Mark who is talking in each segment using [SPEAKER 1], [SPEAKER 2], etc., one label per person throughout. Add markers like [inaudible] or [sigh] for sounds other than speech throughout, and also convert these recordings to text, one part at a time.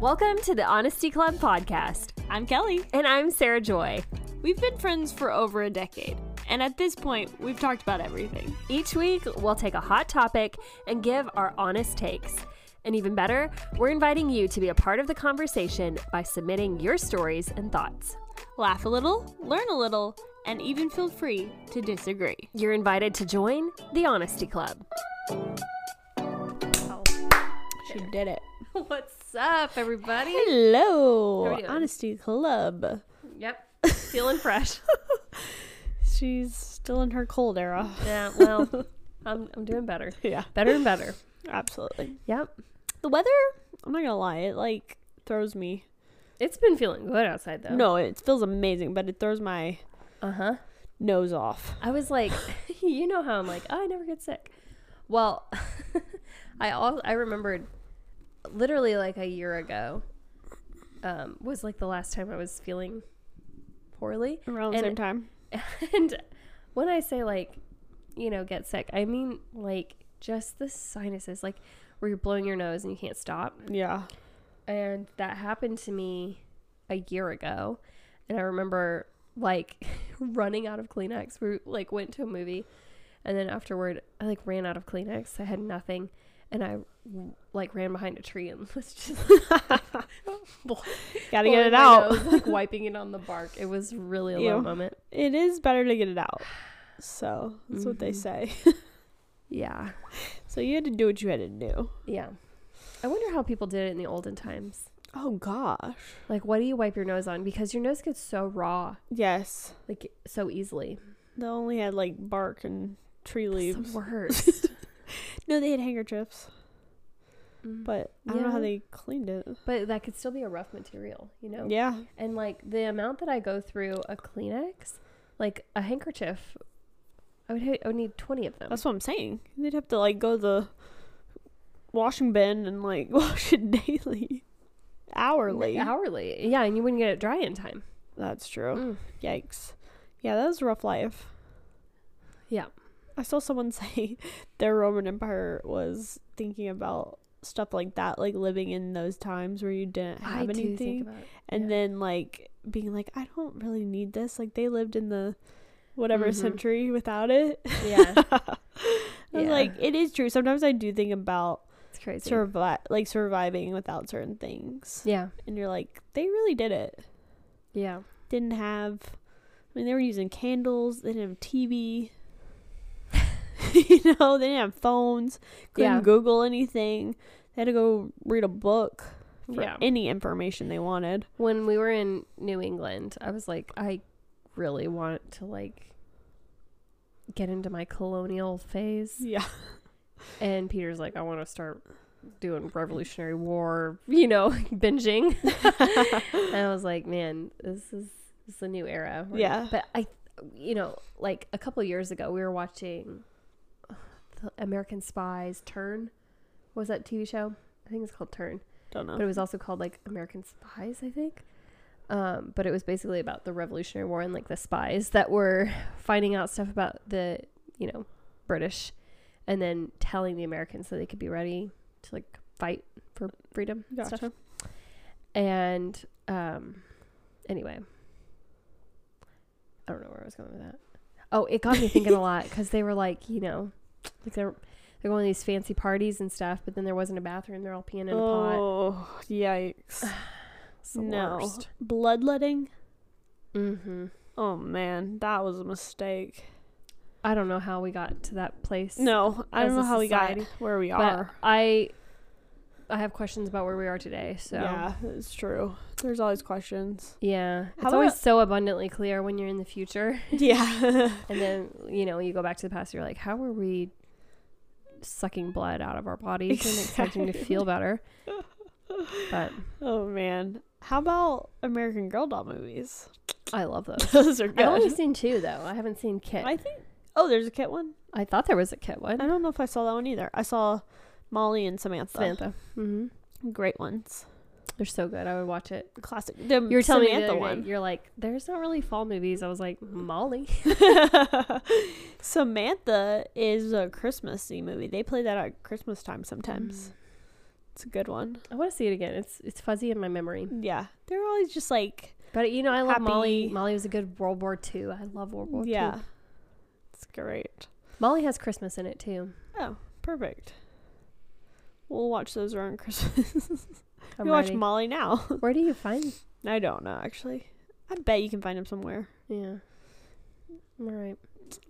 [SPEAKER 1] Welcome to the Honesty Club podcast.
[SPEAKER 2] I'm Kelly.
[SPEAKER 1] And I'm Sarah Joy.
[SPEAKER 2] We've been friends for over a decade, and at this point, we've talked about everything.
[SPEAKER 1] Each week, we'll take a hot topic and give our honest takes. And even better, we're inviting you to be a part of the conversation by submitting your stories and thoughts.
[SPEAKER 2] Laugh a little, learn a little, and even feel free to disagree.
[SPEAKER 1] You're invited to join the Honesty Club.
[SPEAKER 2] She did it.
[SPEAKER 1] [laughs] What's up, everybody? How
[SPEAKER 2] Hello,
[SPEAKER 1] we doing?
[SPEAKER 2] Honesty Club.
[SPEAKER 1] Yep, feeling [laughs] fresh.
[SPEAKER 2] She's still in her cold era.
[SPEAKER 1] yeah, well, I'm, I'm doing better.
[SPEAKER 2] [laughs] Yeah,
[SPEAKER 1] Better and better.
[SPEAKER 2] absolutely.
[SPEAKER 1] Yep.
[SPEAKER 2] The weather, I'm not gonna lie, it like throws me.
[SPEAKER 1] It's been feeling good outside, though.
[SPEAKER 2] No, it feels amazing, but it throws my
[SPEAKER 1] Uh huh.
[SPEAKER 2] nose off.
[SPEAKER 1] I was like, [laughs] you know how I'm like, oh, I never get sick. Well, [laughs] I all I remembered literally like a year ago um, was like the last time I was feeling poorly. [laughs]
[SPEAKER 2] Around the
[SPEAKER 1] And-
[SPEAKER 2] same time.
[SPEAKER 1] And when I say like, you know, get sick, I mean like just the sinuses, like where you're blowing your nose and you can't stop.
[SPEAKER 2] [laughs] Yeah.
[SPEAKER 1] And that happened to me a year ago. And I remember like [laughs] running out of Kleenex. We like went to a movie and then afterward I like ran out of Kleenex. I had nothing and I like ran behind a tree and [laughs] was just
[SPEAKER 2] [laughs] Gotta get
[SPEAKER 1] blowing
[SPEAKER 2] it
[SPEAKER 1] my
[SPEAKER 2] out.
[SPEAKER 1] nose,
[SPEAKER 2] [laughs]
[SPEAKER 1] like wiping it on the bark. It was really a low
[SPEAKER 2] Ew.
[SPEAKER 1] moment.
[SPEAKER 2] It is better to get it out. So that's what they
[SPEAKER 1] Mhm.
[SPEAKER 2] say.
[SPEAKER 1] Yeah.
[SPEAKER 2] So you had to do what you had to do.
[SPEAKER 1] Yeah. I wonder how people did it in the olden times.
[SPEAKER 2] Oh gosh.
[SPEAKER 1] Like what do you wipe your nose on? Because your nose gets so raw,
[SPEAKER 2] Yes.
[SPEAKER 1] like so easily.
[SPEAKER 2] They only had like bark and tree
[SPEAKER 1] It's
[SPEAKER 2] leaves.
[SPEAKER 1] the
[SPEAKER 2] [laughs]
[SPEAKER 1] worst.
[SPEAKER 2] No, they had handkerchiefs,
[SPEAKER 1] Mm.
[SPEAKER 2] but I don't know how
[SPEAKER 1] Yeah.
[SPEAKER 2] they cleaned it.
[SPEAKER 1] But that could still be a rough material, you know?
[SPEAKER 2] Yeah.
[SPEAKER 1] And like the amount that I go through a Kleenex, like a handkerchief, I would, ha- I would need 20 of them.
[SPEAKER 2] That's what I'm saying. They'd have to like go to the washing bin and like [laughs] wash it daily. Hourly.
[SPEAKER 1] Hourly. Yeah, and you wouldn't get it dry in time.
[SPEAKER 2] That's
[SPEAKER 1] Mm.
[SPEAKER 2] true. Yikes. Yeah, that was a rough life.
[SPEAKER 1] Yeah.
[SPEAKER 2] I saw someone [laughs] say their Roman Empire was thinking about stuff like that, like living in those times where you didn't have
[SPEAKER 1] I do
[SPEAKER 2] anything.
[SPEAKER 1] think about it.
[SPEAKER 2] and
[SPEAKER 1] yeah.
[SPEAKER 2] then like being like, I don't really need this. Like they lived in the whatever
[SPEAKER 1] Mhm.
[SPEAKER 2] century without it.
[SPEAKER 1] Yeah.
[SPEAKER 2] [laughs] I was
[SPEAKER 1] Yeah.
[SPEAKER 2] like, it is true. Sometimes I do think about
[SPEAKER 1] It's crazy.
[SPEAKER 2] survi- like surviving without certain things.
[SPEAKER 1] Yeah.
[SPEAKER 2] And you're like, they really did it.
[SPEAKER 1] Yeah.
[SPEAKER 2] Didn't have I mean, they were using candles, they didn't have TV. [laughs] you know, they didn't have phones, couldn't
[SPEAKER 1] Yeah.
[SPEAKER 2] Google anything. They had to go read a book for
[SPEAKER 1] Yeah.
[SPEAKER 2] any information they wanted.
[SPEAKER 1] When we were in New England, I was like, I really want to like get into my colonial phase. [laughs]
[SPEAKER 2] Yeah.
[SPEAKER 1] And Peter's like, I want to start doing Revolutionary War, you know, [laughs] binging. and I was like, man, this is this is a new era. We're-
[SPEAKER 2] [laughs] Yeah.
[SPEAKER 1] But I, you know, like a couple years ago, we were watching the American Spies Turn. What was that TV show? I think it's called Turn,
[SPEAKER 2] Don't know.
[SPEAKER 1] but it was also called like American Spies, I think. Um, but it was basically about the Revolutionary War and like the spies that were [laughs] finding out stuff about the, you know, British, and then telling the Americans so they could be ready to like fight for freedom. and stuff.
[SPEAKER 2] Gotcha.
[SPEAKER 1] And um anyway. I don't know where I was going with that. Oh, it got me thinking a
[SPEAKER 2] [laughs]
[SPEAKER 1] lot cuz they were like, you know, like they're they're going to these fancy parties and stuff, but then there wasn't a bathroom. They're all peeing in a pot.
[SPEAKER 2] Oh, yikes.
[SPEAKER 1] [sighs] It's the
[SPEAKER 2] no.
[SPEAKER 1] worst.
[SPEAKER 2] Bloodletting?
[SPEAKER 1] Mhm.
[SPEAKER 2] Oh, man. That was a mistake.
[SPEAKER 1] I don't know how we got to that place.
[SPEAKER 2] No, I
[SPEAKER 1] As
[SPEAKER 2] don't
[SPEAKER 1] a
[SPEAKER 2] know how we got
[SPEAKER 1] society.
[SPEAKER 2] where we
[SPEAKER 1] but
[SPEAKER 2] are.
[SPEAKER 1] I I have questions about where we are today. So
[SPEAKER 2] Yeah, it's true. There's always
[SPEAKER 1] [laughs]
[SPEAKER 2] questions.
[SPEAKER 1] Yeah. It's
[SPEAKER 2] How about-
[SPEAKER 1] always so abundantly clear when you're in the future.
[SPEAKER 2] yeah. [laughs]
[SPEAKER 1] And then, you know, you go back to the past, you're like, how were we sucking blood out of our bodies
[SPEAKER 2] [laughs]
[SPEAKER 1] and expecting to feel better? But
[SPEAKER 2] oh, man. How about American Girl doll movies?
[SPEAKER 1] I love [laughs] those.
[SPEAKER 2] Those are
[SPEAKER 1] I've only
[SPEAKER 2] good.
[SPEAKER 1] seen two, though. I haven't seen Kit.
[SPEAKER 2] I
[SPEAKER 1] I,
[SPEAKER 2] think. Oh, there's a kid one?
[SPEAKER 1] thought there was a Kit one.
[SPEAKER 2] I don't know if I saw that one either. I saw Molly and Samantha.
[SPEAKER 1] Samantha. hmm
[SPEAKER 2] Great ones.
[SPEAKER 1] They're so good. I would watch it.
[SPEAKER 2] Classic. The
[SPEAKER 1] You were telling me the
[SPEAKER 2] Mm, Samantha
[SPEAKER 1] other day,
[SPEAKER 2] one. [laughs]
[SPEAKER 1] You're like, there's not really fall movies. I was like, Molly. Mm.
[SPEAKER 2] Samantha is a Christmassy movie. They play that at Christmas time sometimes. It's a good one.
[SPEAKER 1] I want to see it again. It's it's fuzzy in my memory.
[SPEAKER 2] Yeah. They're always just like,
[SPEAKER 1] But you know, I love Molly.
[SPEAKER 2] Happy.
[SPEAKER 1] Molly was a good World War II. I love World War
[SPEAKER 2] yeah.
[SPEAKER 1] II.
[SPEAKER 2] It's great.
[SPEAKER 1] Molly has Christmas in it too.
[SPEAKER 2] Oh, perfect. We'll watch those around [laughs] Christmas.
[SPEAKER 1] I'm
[SPEAKER 2] we watch
[SPEAKER 1] ready.
[SPEAKER 2] Molly now. [laughs]
[SPEAKER 1] Where do you find?
[SPEAKER 2] I don't know, actually. I bet you can find him somewhere.
[SPEAKER 1] Yeah. All right.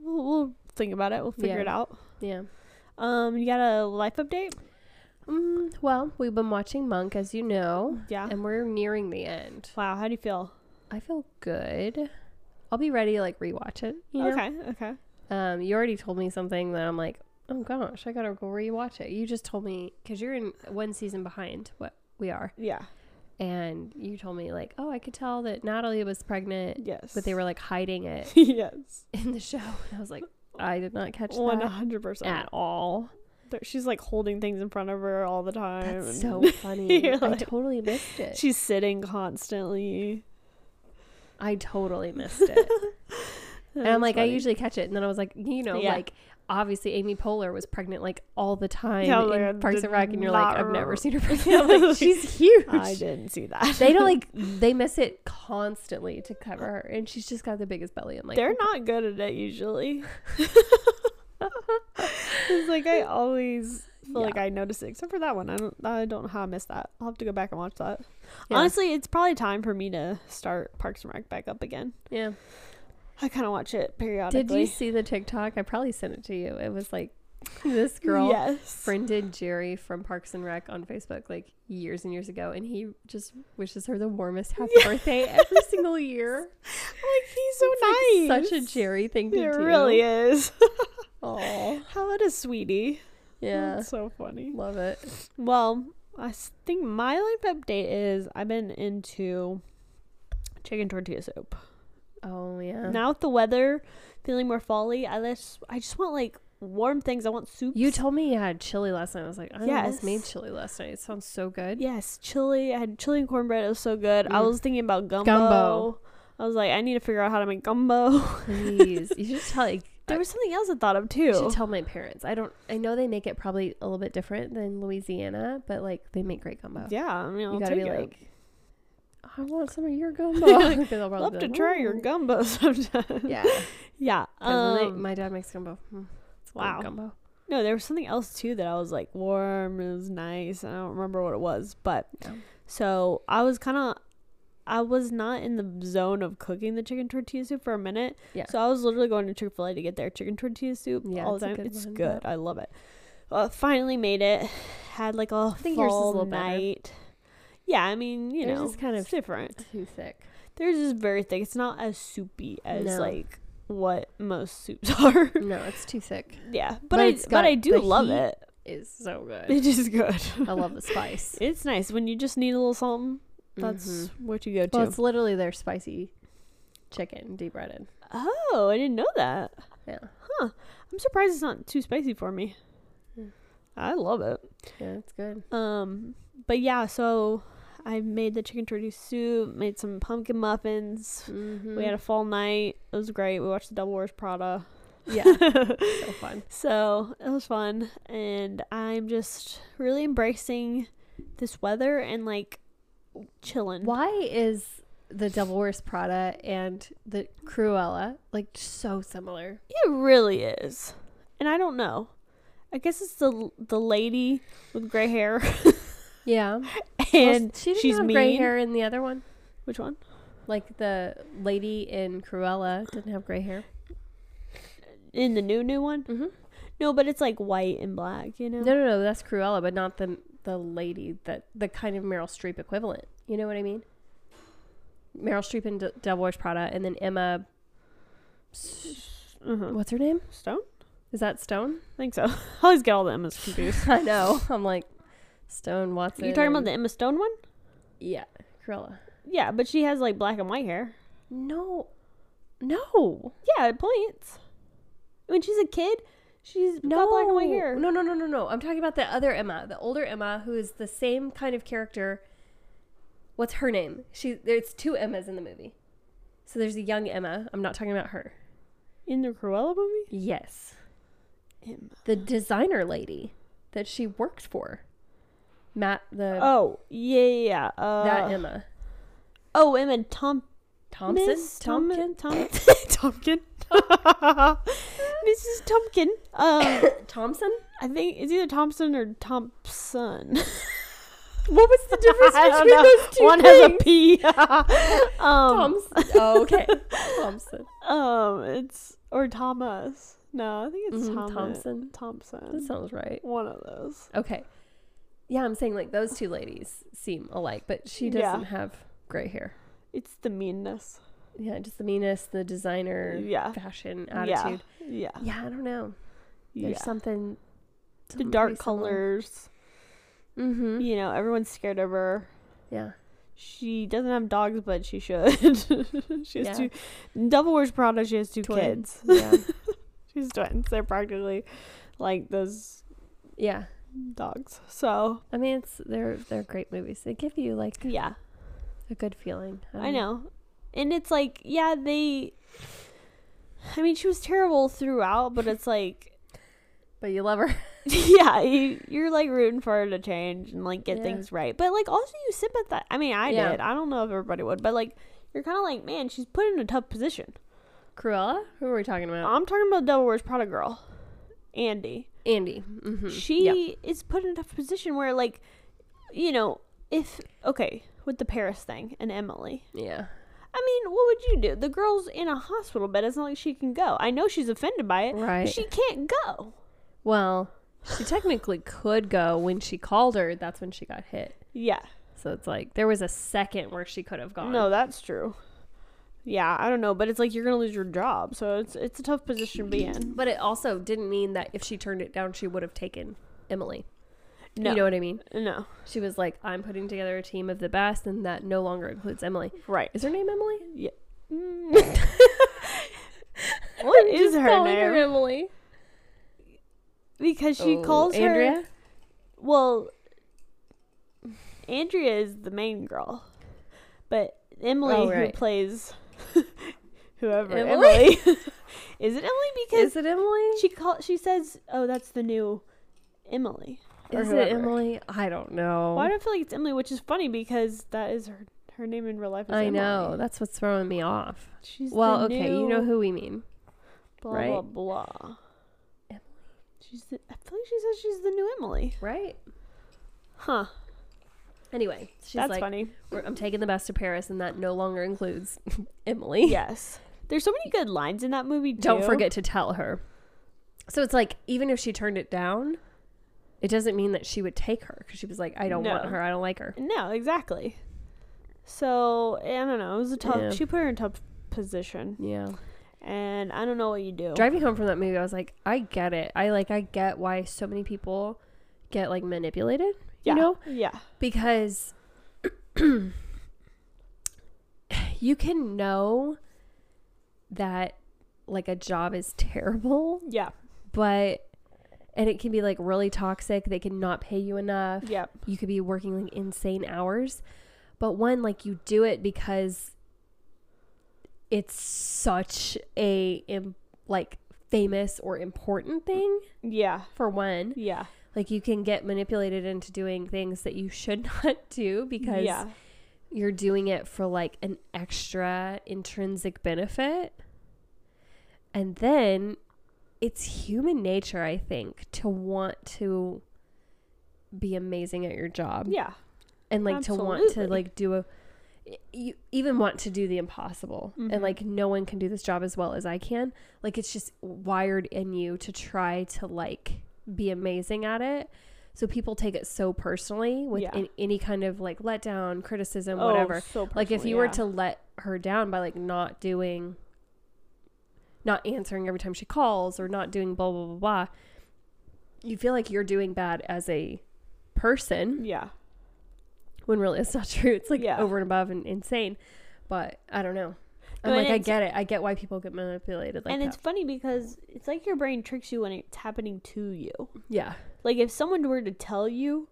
[SPEAKER 2] We'll, we'll think about it. We'll figure
[SPEAKER 1] Yeah.
[SPEAKER 2] it out.
[SPEAKER 1] Yeah.
[SPEAKER 2] Um, you got a life update?
[SPEAKER 1] Mm, well, we've been watching Monk, as you know,
[SPEAKER 2] Yeah.
[SPEAKER 1] and we're nearing the end.
[SPEAKER 2] Wow, how do you feel?
[SPEAKER 1] I feel good. I'll be ready to like rewatch it. You know?
[SPEAKER 2] Okay, okay.
[SPEAKER 1] Um, you already told me something that I'm like, oh gosh, I gotta go rewatch it. You just told me because you're in one season behind what we are,
[SPEAKER 2] Yeah.
[SPEAKER 1] and you told me like, oh, I could tell that Natalie was pregnant,
[SPEAKER 2] Yes. [laughs]
[SPEAKER 1] but they were like hiding it [laughs]
[SPEAKER 2] yes.
[SPEAKER 1] in the show, and I was like, I did not catch
[SPEAKER 2] One
[SPEAKER 1] that
[SPEAKER 2] hundred
[SPEAKER 1] at
[SPEAKER 2] percent.
[SPEAKER 1] all.
[SPEAKER 2] She's like holding things in front of her all the time.
[SPEAKER 1] That's so
[SPEAKER 2] [laughs] and
[SPEAKER 1] funny.
[SPEAKER 2] You're
[SPEAKER 1] I
[SPEAKER 2] like-
[SPEAKER 1] totally missed it.
[SPEAKER 2] She's sitting constantly.
[SPEAKER 1] I totally missed
[SPEAKER 2] [laughs]
[SPEAKER 1] it. and I'm
[SPEAKER 2] That's
[SPEAKER 1] like, I
[SPEAKER 2] funny.
[SPEAKER 1] usually catch it. And then I was like, you know,
[SPEAKER 2] Yeah.
[SPEAKER 1] like obviously Amy Poehler was pregnant like all the time
[SPEAKER 2] Yeah, like, I
[SPEAKER 1] in Parks
[SPEAKER 2] did
[SPEAKER 1] and Rec, and you're like,
[SPEAKER 2] not
[SPEAKER 1] I've never
[SPEAKER 2] re- [laughs]
[SPEAKER 1] seen her pregnant. I'm like, she's huge.
[SPEAKER 2] I didn't see that.
[SPEAKER 1] They don't like they miss it constantly to cover her, and she's just got the biggest belly. I'm like,
[SPEAKER 2] They're not good at
[SPEAKER 1] [laughs]
[SPEAKER 2] it usually. it's like I always feel like I notice it, except for that one. I don't. I don't know how I missed that. I'll have to go back and watch that.
[SPEAKER 1] Yeah.
[SPEAKER 2] Honestly, it's probably time for me to start Parks and Rec back up again.
[SPEAKER 1] yeah.
[SPEAKER 2] [laughs] I kind of watch it periodically.
[SPEAKER 1] Did you see the TikTok? I probably sent it to you. It was like [laughs] this girl
[SPEAKER 2] Yes.
[SPEAKER 1] friended Jerry from Parks and Rec on Facebook like years and years ago, and he just wishes her the warmest happy birthday
[SPEAKER 2] [laughs]
[SPEAKER 1] every single year.
[SPEAKER 2] Like he's so
[SPEAKER 1] It's, like,
[SPEAKER 2] nice.
[SPEAKER 1] such a Jerry thing to
[SPEAKER 2] It
[SPEAKER 1] do.
[SPEAKER 2] really is. [laughs]
[SPEAKER 1] Oh,
[SPEAKER 2] How about a sweetie?
[SPEAKER 1] yeah,
[SPEAKER 2] That's so funny.
[SPEAKER 1] love it.
[SPEAKER 2] Well, I s- think my life update is I've been into chicken tortilla soup.
[SPEAKER 1] Oh yeah.
[SPEAKER 2] Now with the weather feeling more folly, I just I just want like warm things. I want soup.
[SPEAKER 1] you told me you had chili last night. I was like, I almost
[SPEAKER 2] Yes.
[SPEAKER 1] made chili last night. It sounds so good.
[SPEAKER 2] [laughs] yes, chili. I had chili and cornbread. It was so good. I
[SPEAKER 1] Mm.
[SPEAKER 2] was thinking about gumbo.
[SPEAKER 1] Gumbo. Mm.
[SPEAKER 2] I was like, I need to figure out how to make gumbo.
[SPEAKER 1] Please, you should tell. Like,
[SPEAKER 2] [laughs] there was something else I thought of
[SPEAKER 1] I should
[SPEAKER 2] too.
[SPEAKER 1] tell my parents. I don't. I know they make it probably a little bit different than Louisiana, but like they make great gumbo.
[SPEAKER 2] Yeah, I mean, I'll
[SPEAKER 1] you gotta
[SPEAKER 2] take
[SPEAKER 1] be
[SPEAKER 2] it.
[SPEAKER 1] like, I want some of your gumbo. [laughs] 'Cause they'll probably
[SPEAKER 2] love
[SPEAKER 1] be
[SPEAKER 2] to
[SPEAKER 1] like,
[SPEAKER 2] try your
[SPEAKER 1] "Ooh."
[SPEAKER 2] gumbo [laughs] sometime.
[SPEAKER 1] Yeah.
[SPEAKER 2] yeah.
[SPEAKER 1] 'Cause they-
[SPEAKER 2] um,
[SPEAKER 1] my dad makes gumbo. Mm, it's good
[SPEAKER 2] wow.
[SPEAKER 1] Gumbo.
[SPEAKER 2] No, there was something else too that I was like warm. It was nice. and I don't remember what it was, but
[SPEAKER 1] Yeah.
[SPEAKER 2] so I was kind of, I was not in the zone of cooking the chicken tortilla soup for a minute.
[SPEAKER 1] Yeah.
[SPEAKER 2] So I was literally going to Chick Fil A to get their chicken tortilla soup
[SPEAKER 1] Yeah,
[SPEAKER 2] all
[SPEAKER 1] it's
[SPEAKER 2] the
[SPEAKER 1] a
[SPEAKER 2] time.
[SPEAKER 1] good
[SPEAKER 2] it's
[SPEAKER 1] one,
[SPEAKER 2] good. I love it. Uh, finally made it. Had like a
[SPEAKER 1] think yours is a
[SPEAKER 2] full
[SPEAKER 1] little better.
[SPEAKER 2] night. Yeah, I mean, you
[SPEAKER 1] Yours
[SPEAKER 2] know,
[SPEAKER 1] is kind
[SPEAKER 2] it's
[SPEAKER 1] of-
[SPEAKER 2] different.
[SPEAKER 1] Too thick.
[SPEAKER 2] Theirs is very thick. It's not as soupy as
[SPEAKER 1] No.
[SPEAKER 2] like what most soups [laughs] are.
[SPEAKER 1] No, it's too thick.
[SPEAKER 2] yeah, but,
[SPEAKER 1] But
[SPEAKER 2] I
[SPEAKER 1] it's
[SPEAKER 2] but
[SPEAKER 1] got
[SPEAKER 2] I do
[SPEAKER 1] the
[SPEAKER 2] love
[SPEAKER 1] heat.
[SPEAKER 2] it. [laughs]
[SPEAKER 1] It's so good. [laughs]
[SPEAKER 2] It is good.
[SPEAKER 1] I love the spice.
[SPEAKER 2] [laughs] It's nice when you just need a little something. That's
[SPEAKER 1] Mhm.
[SPEAKER 2] what you go to.
[SPEAKER 1] well, it's literally their spicy chicken deep breaded.
[SPEAKER 2] oh, I didn't know that.
[SPEAKER 1] Yeah.
[SPEAKER 2] I'm surprised it's not too spicy for me.
[SPEAKER 1] Mm.
[SPEAKER 2] I love it.
[SPEAKER 1] Yeah, it's good.
[SPEAKER 2] Um, but yeah, so I made the chicken tortilla soup, made some pumpkin muffins.
[SPEAKER 1] Mm-hmm.
[SPEAKER 2] We had a fall night. It was great. We watched the Devil Wears Prada.
[SPEAKER 1] [laughs]
[SPEAKER 2] [laughs]
[SPEAKER 1] yeah, so [laughs] fun.
[SPEAKER 2] So it was fun, and I'm just really embracing this weather and like chilling.
[SPEAKER 1] Why is the Devil Wears Prada and the Cruella like so similar?
[SPEAKER 2] It really is, and I don't know. I guess it's the the lady with gray hair, [laughs]
[SPEAKER 1] Yeah,
[SPEAKER 2] and
[SPEAKER 1] she didn't
[SPEAKER 2] she's
[SPEAKER 1] have gray
[SPEAKER 2] mean.
[SPEAKER 1] hair in the other one.
[SPEAKER 2] which one?
[SPEAKER 1] Like the lady in Cruella didn't have gray hair.
[SPEAKER 2] In the new new one?
[SPEAKER 1] Mhm.
[SPEAKER 2] No, but it's like white and black, you know.
[SPEAKER 1] No, no, no, that's Cruella, but not the the lady that the kind of Meryl Streep equivalent. You know what I mean? Meryl Streep in D- Devil Wears Prada, and then Emma.
[SPEAKER 2] Uh-huh.
[SPEAKER 1] What's her name?
[SPEAKER 2] Stone?
[SPEAKER 1] Is that Stone? [laughs]
[SPEAKER 2] I think so. [laughs] I always get all the Emmas confused.
[SPEAKER 1] I know. I'm like Stone Watson.
[SPEAKER 2] you talking about
[SPEAKER 1] and-
[SPEAKER 2] the Emma Stone one?
[SPEAKER 1] Yeah, Cruella.
[SPEAKER 2] Yeah, but she has like black and white hair.
[SPEAKER 1] No, no,
[SPEAKER 2] Yeah, it points. When she's a kid, she's
[SPEAKER 1] no.
[SPEAKER 2] got black and white hair.
[SPEAKER 1] No, no, no, no, no. I'm talking about the other Emma, the older Emma, who is the same kind of character. What's her name? She. There's two Emmas in the movie. So there's a young Emma. I'm not talking about her.
[SPEAKER 2] In the Cruella movie?
[SPEAKER 1] Yes.
[SPEAKER 2] Emma.
[SPEAKER 1] The designer lady that she worked for. Matt the
[SPEAKER 2] oh yeah yeah. yeah. Uh,
[SPEAKER 1] that Emma
[SPEAKER 2] oh Emma Tom
[SPEAKER 1] Thompson
[SPEAKER 2] Miss
[SPEAKER 1] Tompkin
[SPEAKER 2] Tom- Tompkin
[SPEAKER 1] [laughs]
[SPEAKER 2] [laughs] Mrs. Tompkin. Um,
[SPEAKER 1] [laughs] Thompson.
[SPEAKER 2] I think it's either Thompson or Thompson.
[SPEAKER 1] What was
[SPEAKER 2] [laughs]
[SPEAKER 1] the difference
[SPEAKER 2] I don't
[SPEAKER 1] between
[SPEAKER 2] know.
[SPEAKER 1] those two
[SPEAKER 2] One has a
[SPEAKER 1] things?
[SPEAKER 2] P. [laughs] um,
[SPEAKER 1] Thompson. Oh, [laughs] okay. Thompson.
[SPEAKER 2] um, it's or Thomas. No, I think it's
[SPEAKER 1] Mhm,
[SPEAKER 2] Thomas.
[SPEAKER 1] Thompson. That
[SPEAKER 2] Thompson.
[SPEAKER 1] sounds right.
[SPEAKER 2] One of those.
[SPEAKER 1] Okay. Yeah, I'm saying like those two ladies seem alike, but she
[SPEAKER 2] Yeah.
[SPEAKER 1] doesn't have gray hair.
[SPEAKER 2] It's the meanness.
[SPEAKER 1] Yeah, just the meanest, the designer
[SPEAKER 2] Yeah.
[SPEAKER 1] fashion
[SPEAKER 2] Yeah.
[SPEAKER 1] attitude.
[SPEAKER 2] Yeah.
[SPEAKER 1] Yeah, I don't know. There's
[SPEAKER 2] Yeah.
[SPEAKER 1] something,
[SPEAKER 2] the dark colors.
[SPEAKER 1] Mm-hmm.
[SPEAKER 2] You know, everyone's scared of her.
[SPEAKER 1] Yeah.
[SPEAKER 2] She doesn't have dogs, but she should. [laughs] she has
[SPEAKER 1] Yeah.
[SPEAKER 2] two. Devil Wears Prada. She has two
[SPEAKER 1] Twins.
[SPEAKER 2] kids. [laughs]
[SPEAKER 1] Yeah.
[SPEAKER 2] She's twins. They're practically like those
[SPEAKER 1] yeah.
[SPEAKER 2] dogs. So
[SPEAKER 1] I mean, it's they're they're great movies. They give you like
[SPEAKER 2] yeah,
[SPEAKER 1] a good feeling.
[SPEAKER 2] I know. And it's like, yeah, they. I mean, she was terrible throughout, but
[SPEAKER 1] [laughs]
[SPEAKER 2] it's like, [laughs]
[SPEAKER 1] but you love her. [laughs]
[SPEAKER 2] yeah, you, you're like rooting for her to change and like get
[SPEAKER 1] Yeah.
[SPEAKER 2] things right. But like, also, you sympathize. I mean, I
[SPEAKER 1] Yeah.
[SPEAKER 2] did. I don't know if everybody would, but like, you're kind of like, man, she's put in a tough position.
[SPEAKER 1] Cruella. Who are we talking about?
[SPEAKER 2] I'm talking about Devil Wears Prada Girl, Andy.
[SPEAKER 1] Andy. Mm-hmm.
[SPEAKER 2] she is put in a tough position where like you know if okay with the paris thing and emily
[SPEAKER 1] Yeah.
[SPEAKER 2] i mean what would you do the girl's in a hospital bed it's not like she can go i know she's offended by it
[SPEAKER 1] Right.
[SPEAKER 2] but she can't go
[SPEAKER 1] well, she technically could go when she called her. That's when she got hit.
[SPEAKER 2] yeah
[SPEAKER 1] So it's like there was a second where she could have gone.
[SPEAKER 2] no that's true yeah i don't know but it's like you're gonna lose your job so it's it's a tough position to be in
[SPEAKER 1] But it also didn't mean that if she turned it down, she would have taken Emily.
[SPEAKER 2] no
[SPEAKER 1] You know what I mean?
[SPEAKER 2] no
[SPEAKER 1] She was like, I'm putting together a team of the best, and that no longer includes Emily.
[SPEAKER 2] right
[SPEAKER 1] Is her name Emily?
[SPEAKER 2] Mm. what is
[SPEAKER 1] Just
[SPEAKER 2] her
[SPEAKER 1] calling
[SPEAKER 2] name
[SPEAKER 1] Emily.
[SPEAKER 2] [laughs] because she
[SPEAKER 1] Oh,
[SPEAKER 2] calls her
[SPEAKER 1] Andrea?
[SPEAKER 2] Well, Andrea is the main girl, but Emily,
[SPEAKER 1] Oh,
[SPEAKER 2] who
[SPEAKER 1] right.
[SPEAKER 2] plays [laughs] whoever
[SPEAKER 1] Emily?
[SPEAKER 2] Emily, [laughs] is it Emily because
[SPEAKER 1] Is it Emily?
[SPEAKER 2] she call she says, "Oh, that's the new Emily." or
[SPEAKER 1] Is
[SPEAKER 2] whoever.
[SPEAKER 1] it Emily? I don't know.
[SPEAKER 2] Why do I feel like it's Emily? Which is funny because that is her her name in real life. Is
[SPEAKER 1] I
[SPEAKER 2] Emily.
[SPEAKER 1] know. That's what's throwing me off.
[SPEAKER 2] She's the
[SPEAKER 1] well, okay, you know
[SPEAKER 2] new
[SPEAKER 1] who we mean.
[SPEAKER 2] blah
[SPEAKER 1] right?
[SPEAKER 2] blah blah. Emily. She's the, I feel like she says she's the new Emily.
[SPEAKER 1] Right?
[SPEAKER 2] Huh.
[SPEAKER 1] Anyway, she's
[SPEAKER 2] that's
[SPEAKER 1] like, [laughs]
[SPEAKER 2] funny.
[SPEAKER 1] "We're- I'm taking the best to Paris, and that no longer includes [laughs] Emily.
[SPEAKER 2] yes. There's so many good lines in that movie.
[SPEAKER 1] Don't
[SPEAKER 2] too.
[SPEAKER 1] forget to tell her. So it's like, even if she turned it down, it doesn't mean that she would take her because she was like, I don't want
[SPEAKER 2] No.
[SPEAKER 1] her. I don't like her.
[SPEAKER 2] No, exactly. So I don't know. It was a tough.
[SPEAKER 1] Yeah.
[SPEAKER 2] She put her in a tough position,
[SPEAKER 1] Yeah.
[SPEAKER 2] and I don't know what you do.
[SPEAKER 1] Driving home from that movie, I was like, I get it. I like, I get why so many people get like manipulated.
[SPEAKER 2] yeah.
[SPEAKER 1] You know?
[SPEAKER 2] Yeah.
[SPEAKER 1] because [clears throat] you can know that like a job is terrible,
[SPEAKER 2] Yeah.
[SPEAKER 1] but and it can be like really toxic. They can not pay you enough.
[SPEAKER 2] Yeah.
[SPEAKER 1] You could be working like insane hours. But one, like you do it because it's such a im- like famous or important thing
[SPEAKER 2] Yeah.
[SPEAKER 1] for one.
[SPEAKER 2] Yeah.
[SPEAKER 1] Like you can get manipulated into doing things that you should [laughs] not do because
[SPEAKER 2] Yeah.
[SPEAKER 1] you're doing it for like an extra intrinsic benefit. And then it's human nature, I think, to want to be amazing at your job
[SPEAKER 2] Yeah.
[SPEAKER 1] and like to want to
[SPEAKER 2] absolutely.
[SPEAKER 1] like do a you even want to do the impossible
[SPEAKER 2] Mhm.
[SPEAKER 1] and like no one can do this job as well as I can like it's just wired in you to try to like be amazing at it so people take it so personally with
[SPEAKER 2] Yeah.
[SPEAKER 1] an- any kind of like letdown criticism
[SPEAKER 2] Oh,
[SPEAKER 1] whatever
[SPEAKER 2] so
[SPEAKER 1] like if
[SPEAKER 2] personally,
[SPEAKER 1] you were
[SPEAKER 2] yeah.
[SPEAKER 1] to let her down by like not doing not answering every time she calls or not doing blah blah blah blah you feel like you're doing bad as a person
[SPEAKER 2] Yeah.
[SPEAKER 1] when really it's not [laughs] true. It's like
[SPEAKER 2] Yeah.
[SPEAKER 1] over and above and insane. But I don't know. I'm
[SPEAKER 2] No, and
[SPEAKER 1] like, I
[SPEAKER 2] it's-
[SPEAKER 1] get it. I get why people get manipulated like
[SPEAKER 2] and
[SPEAKER 1] that.
[SPEAKER 2] it's funny because it's like your brain tricks you when it's happening to you.
[SPEAKER 1] yeah,
[SPEAKER 2] Like if someone were to tell you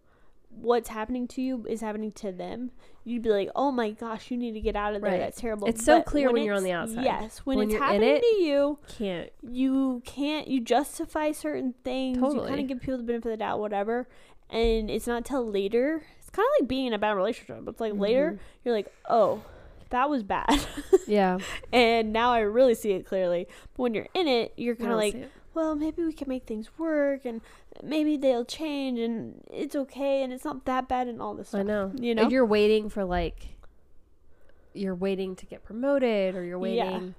[SPEAKER 2] what's happening to you is happening to them, you'd be like, "Oh my gosh, you need to get out of there.
[SPEAKER 1] Right.
[SPEAKER 2] That's terrible."
[SPEAKER 1] It's so
[SPEAKER 2] But
[SPEAKER 1] clear when you're on
[SPEAKER 2] it's-
[SPEAKER 1] the outside.
[SPEAKER 2] Yes, when,
[SPEAKER 1] When
[SPEAKER 2] it's
[SPEAKER 1] you're in
[SPEAKER 2] happening
[SPEAKER 1] it,
[SPEAKER 2] to you,
[SPEAKER 1] can't.
[SPEAKER 2] you can't you justify certain things you kind
[SPEAKER 1] Totally.
[SPEAKER 2] of give people the benefit of the doubt whatever and it's not till later. It's kind of like being in a bad relationship. It's like later
[SPEAKER 1] Mm-hmm.
[SPEAKER 2] you're like, oh, that was bad, [laughs]
[SPEAKER 1] Yeah.
[SPEAKER 2] and now I really see it clearly. But when you're in it, you're kind of like,
[SPEAKER 1] Honestly.
[SPEAKER 2] well, maybe we can make things work, and maybe they'll change, and it's okay, and it's not that bad, and all this
[SPEAKER 1] I
[SPEAKER 2] stuff.
[SPEAKER 1] know.
[SPEAKER 2] you
[SPEAKER 1] And
[SPEAKER 2] know?
[SPEAKER 1] you're waiting for like you're waiting to get promoted or you're
[SPEAKER 2] Yeah.
[SPEAKER 1] waiting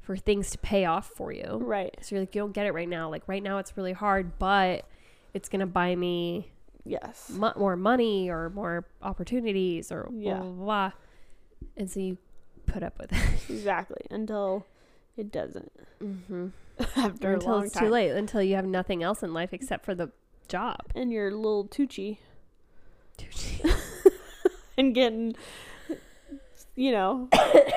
[SPEAKER 1] for things to pay off for you.
[SPEAKER 2] Right?
[SPEAKER 1] So you're like, you don't get it right now. Like right now it's really hard, but it's gonna buy me
[SPEAKER 2] Yes.
[SPEAKER 1] mo- more money or more opportunities or
[SPEAKER 2] Yeah.
[SPEAKER 1] blah, blah blah blah. And so you put up with it
[SPEAKER 2] Exactly. Until it doesn't. [laughs]
[SPEAKER 1] mm-hmm.
[SPEAKER 2] After a
[SPEAKER 1] until
[SPEAKER 2] long
[SPEAKER 1] it's
[SPEAKER 2] time.
[SPEAKER 1] too late. Until you have nothing else in life except for the
[SPEAKER 2] [laughs]
[SPEAKER 1] job.
[SPEAKER 2] And your little Tucci [laughs] and getting, you know,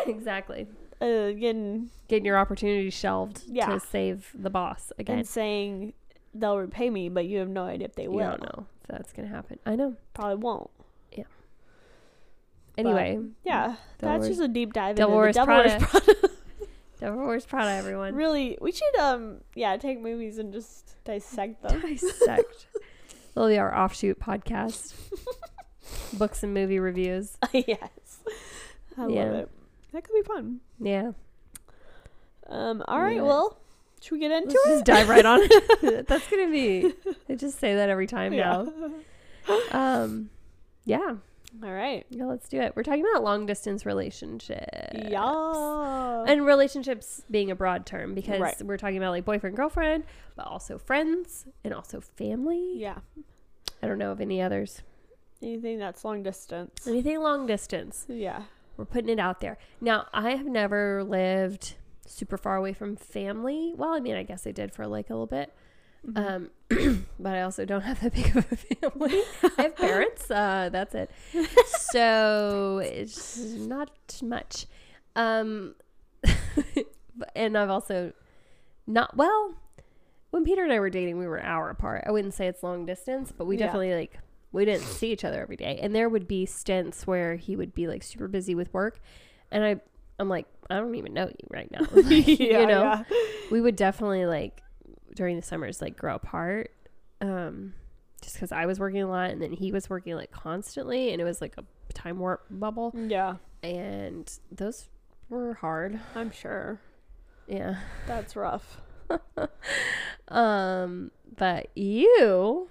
[SPEAKER 1] exactly. [coughs]
[SPEAKER 2] uh, getting
[SPEAKER 1] Getting your opportunity shelved
[SPEAKER 2] Yeah.
[SPEAKER 1] to save the boss again.
[SPEAKER 2] and saying they'll repay me, but you have no idea if they
[SPEAKER 1] You
[SPEAKER 2] will.
[SPEAKER 1] don't know Mm. if that's gonna happen. I know.
[SPEAKER 2] Probably won't.
[SPEAKER 1] Anyway,
[SPEAKER 2] Yeah, that's
[SPEAKER 1] Delaware-
[SPEAKER 2] just a deep dive
[SPEAKER 1] Devil Wears
[SPEAKER 2] into the Devil Wears
[SPEAKER 1] Prada.
[SPEAKER 2] Prada.
[SPEAKER 1] [laughs]
[SPEAKER 2] [laughs]
[SPEAKER 1] Devil Wears Prada, everyone.
[SPEAKER 2] Really, we should um, yeah, take movies and just
[SPEAKER 1] [laughs]
[SPEAKER 2] dissect them.
[SPEAKER 1] Dissect. That'll be our offshoot
[SPEAKER 2] [laughs]
[SPEAKER 1] podcast. Books and movie reviews.
[SPEAKER 2] yes, I
[SPEAKER 1] Yeah.
[SPEAKER 2] love it. That could be fun. [laughs]
[SPEAKER 1] Yeah.
[SPEAKER 2] Um, all right,
[SPEAKER 1] Yeah.
[SPEAKER 2] well, should we get into
[SPEAKER 1] Let's
[SPEAKER 2] it?
[SPEAKER 1] just dive right on.
[SPEAKER 2] [laughs]
[SPEAKER 1] it. [laughs] That's gonna be I just say that every time
[SPEAKER 2] Yeah. [laughs]
[SPEAKER 1] now. Um yeah.
[SPEAKER 2] All right.
[SPEAKER 1] Yeah, let's do it. We're talking about long distance relationships.
[SPEAKER 2] Yeah.
[SPEAKER 1] And relationships being a broad term because
[SPEAKER 2] Right.
[SPEAKER 1] we're talking about like boyfriend, girlfriend, but also friends and also family.
[SPEAKER 2] yeah.
[SPEAKER 1] I don't know of any others.
[SPEAKER 2] Anything that's long distance.
[SPEAKER 1] Anything long distance.
[SPEAKER 2] Yeah.
[SPEAKER 1] We're putting it out there. Now, I have never lived super far away from family. Well, I mean, I guess I did for like a little bit. Um,
[SPEAKER 2] Mm-hmm.
[SPEAKER 1] [clears throat] but I also don't have that big of a family. I have parents. Uh, that's it. So it's not much. Um, [laughs] but- and I've also not, well, when Peter and I were dating, we were an hour apart. I wouldn't say it's long distance, but we
[SPEAKER 2] Yeah.
[SPEAKER 1] definitely like, we didn't see each other every day. And there would be stints where he would be like super busy with work. And I, I'm like, I don't even know you right now. [laughs]
[SPEAKER 2] [laughs] Mm-hmm. yeah,
[SPEAKER 1] you know?
[SPEAKER 2] yeah.
[SPEAKER 1] we would definitely like during the summers like grow apart um just because i was working a lot and then he was working like constantly and it was like a time warp bubble
[SPEAKER 2] Yeah,
[SPEAKER 1] and those were hard
[SPEAKER 2] I'm sure.
[SPEAKER 1] yeah [laughs]
[SPEAKER 2] That's rough.
[SPEAKER 1] um but you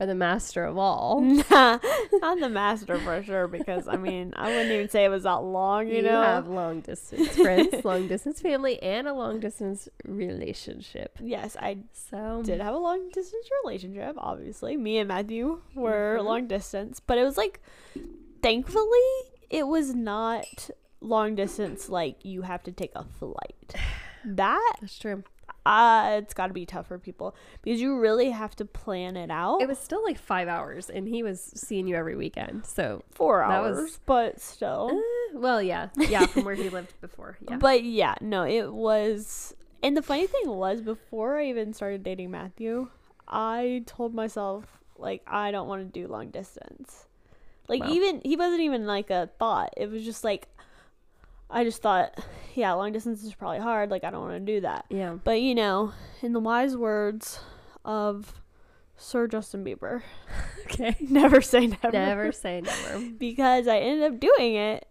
[SPEAKER 1] are the master of
[SPEAKER 2] Mm,
[SPEAKER 1] all
[SPEAKER 2] Nah, not the master for sure, because I mean, I wouldn't even say it was that long, you,
[SPEAKER 1] you
[SPEAKER 2] know?
[SPEAKER 1] have long
[SPEAKER 2] [laughs]
[SPEAKER 1] distance friends long distance family and a long distance relationship
[SPEAKER 2] Yes, I
[SPEAKER 1] so
[SPEAKER 2] did have a long distance relationship, obviously. Me and Matthew were
[SPEAKER 1] Mhm.
[SPEAKER 2] long distance, but it was like, thankfully, it was not long distance like you have to take
[SPEAKER 1] [sighs]
[SPEAKER 2] a flight. That,
[SPEAKER 1] that's true
[SPEAKER 2] uh, it's got to be tough for people because you really have to plan it out.
[SPEAKER 1] it was still like five hours and he was seeing you every weekend so
[SPEAKER 2] four
[SPEAKER 1] that
[SPEAKER 2] hours,
[SPEAKER 1] was-
[SPEAKER 2] but still.
[SPEAKER 1] Well, yeah, yeah, from [laughs] where he lived before. Yeah,
[SPEAKER 2] But yeah, no, it was. And the funny thing was, before I even started dating Matthew, I told myself like I don't want to do long distance. Like
[SPEAKER 1] Wow.
[SPEAKER 2] even he wasn't even like a thought. It was just like I just thought, yeah, long distance is probably hard. Like I don't want to do that.
[SPEAKER 1] yeah,
[SPEAKER 2] But you know, in the wise words of Sir Justin Bieber, [laughs]
[SPEAKER 1] okay.
[SPEAKER 2] never say never
[SPEAKER 1] Never say never.
[SPEAKER 2] because I ended up doing it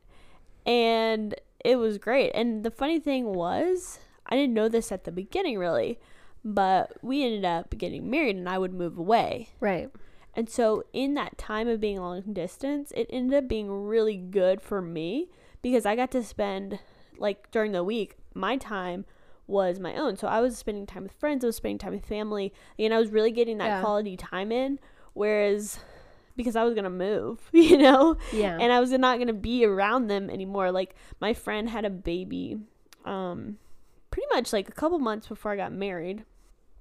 [SPEAKER 2] and it was great. And the funny thing was, I didn't know this at the beginning really, but we ended up getting married and I would move away.
[SPEAKER 1] Right.
[SPEAKER 2] And so, in that time of being long distance, it ended up being really good for me because I got to spend, like, during the week, my time was my own. So, I was spending time with friends, I was spending time with family, and I was really getting that
[SPEAKER 1] Yeah.
[SPEAKER 2] quality time in. Whereas, because I was going to move, [laughs] you know,
[SPEAKER 1] Yeah.
[SPEAKER 2] and I was not gonna be around them anymore. Like my friend had a baby, um, pretty much like a couple months before I got married,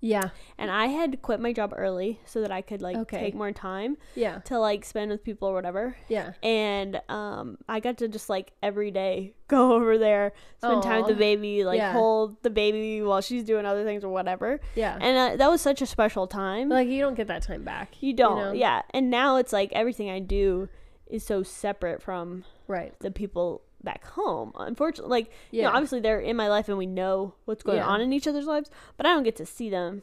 [SPEAKER 1] yeah.
[SPEAKER 2] and I had quit my job early so that I could like
[SPEAKER 1] Okay.
[SPEAKER 2] take more time
[SPEAKER 1] Yeah.
[SPEAKER 2] to like spend with people or whatever.
[SPEAKER 1] Yeah.
[SPEAKER 2] And um, I got to just like every day [laughs] go over there, spend time with
[SPEAKER 1] Aw.
[SPEAKER 2] the baby, like
[SPEAKER 1] Yeah.
[SPEAKER 2] hold the baby while she's doing other things or whatever.
[SPEAKER 1] Yeah.
[SPEAKER 2] And uh, that was such a special time.
[SPEAKER 1] like you don't get that time back.
[SPEAKER 2] you don't,
[SPEAKER 1] know?
[SPEAKER 2] yeah. And now it's like everything I do is so separate from
[SPEAKER 1] Right.
[SPEAKER 2] the people back home. Unfortunately, like you know,
[SPEAKER 1] Yeah.
[SPEAKER 2] obviously they're in my life and we know what's going
[SPEAKER 1] Yeah.
[SPEAKER 2] on in each other's lives, but I don't get to see them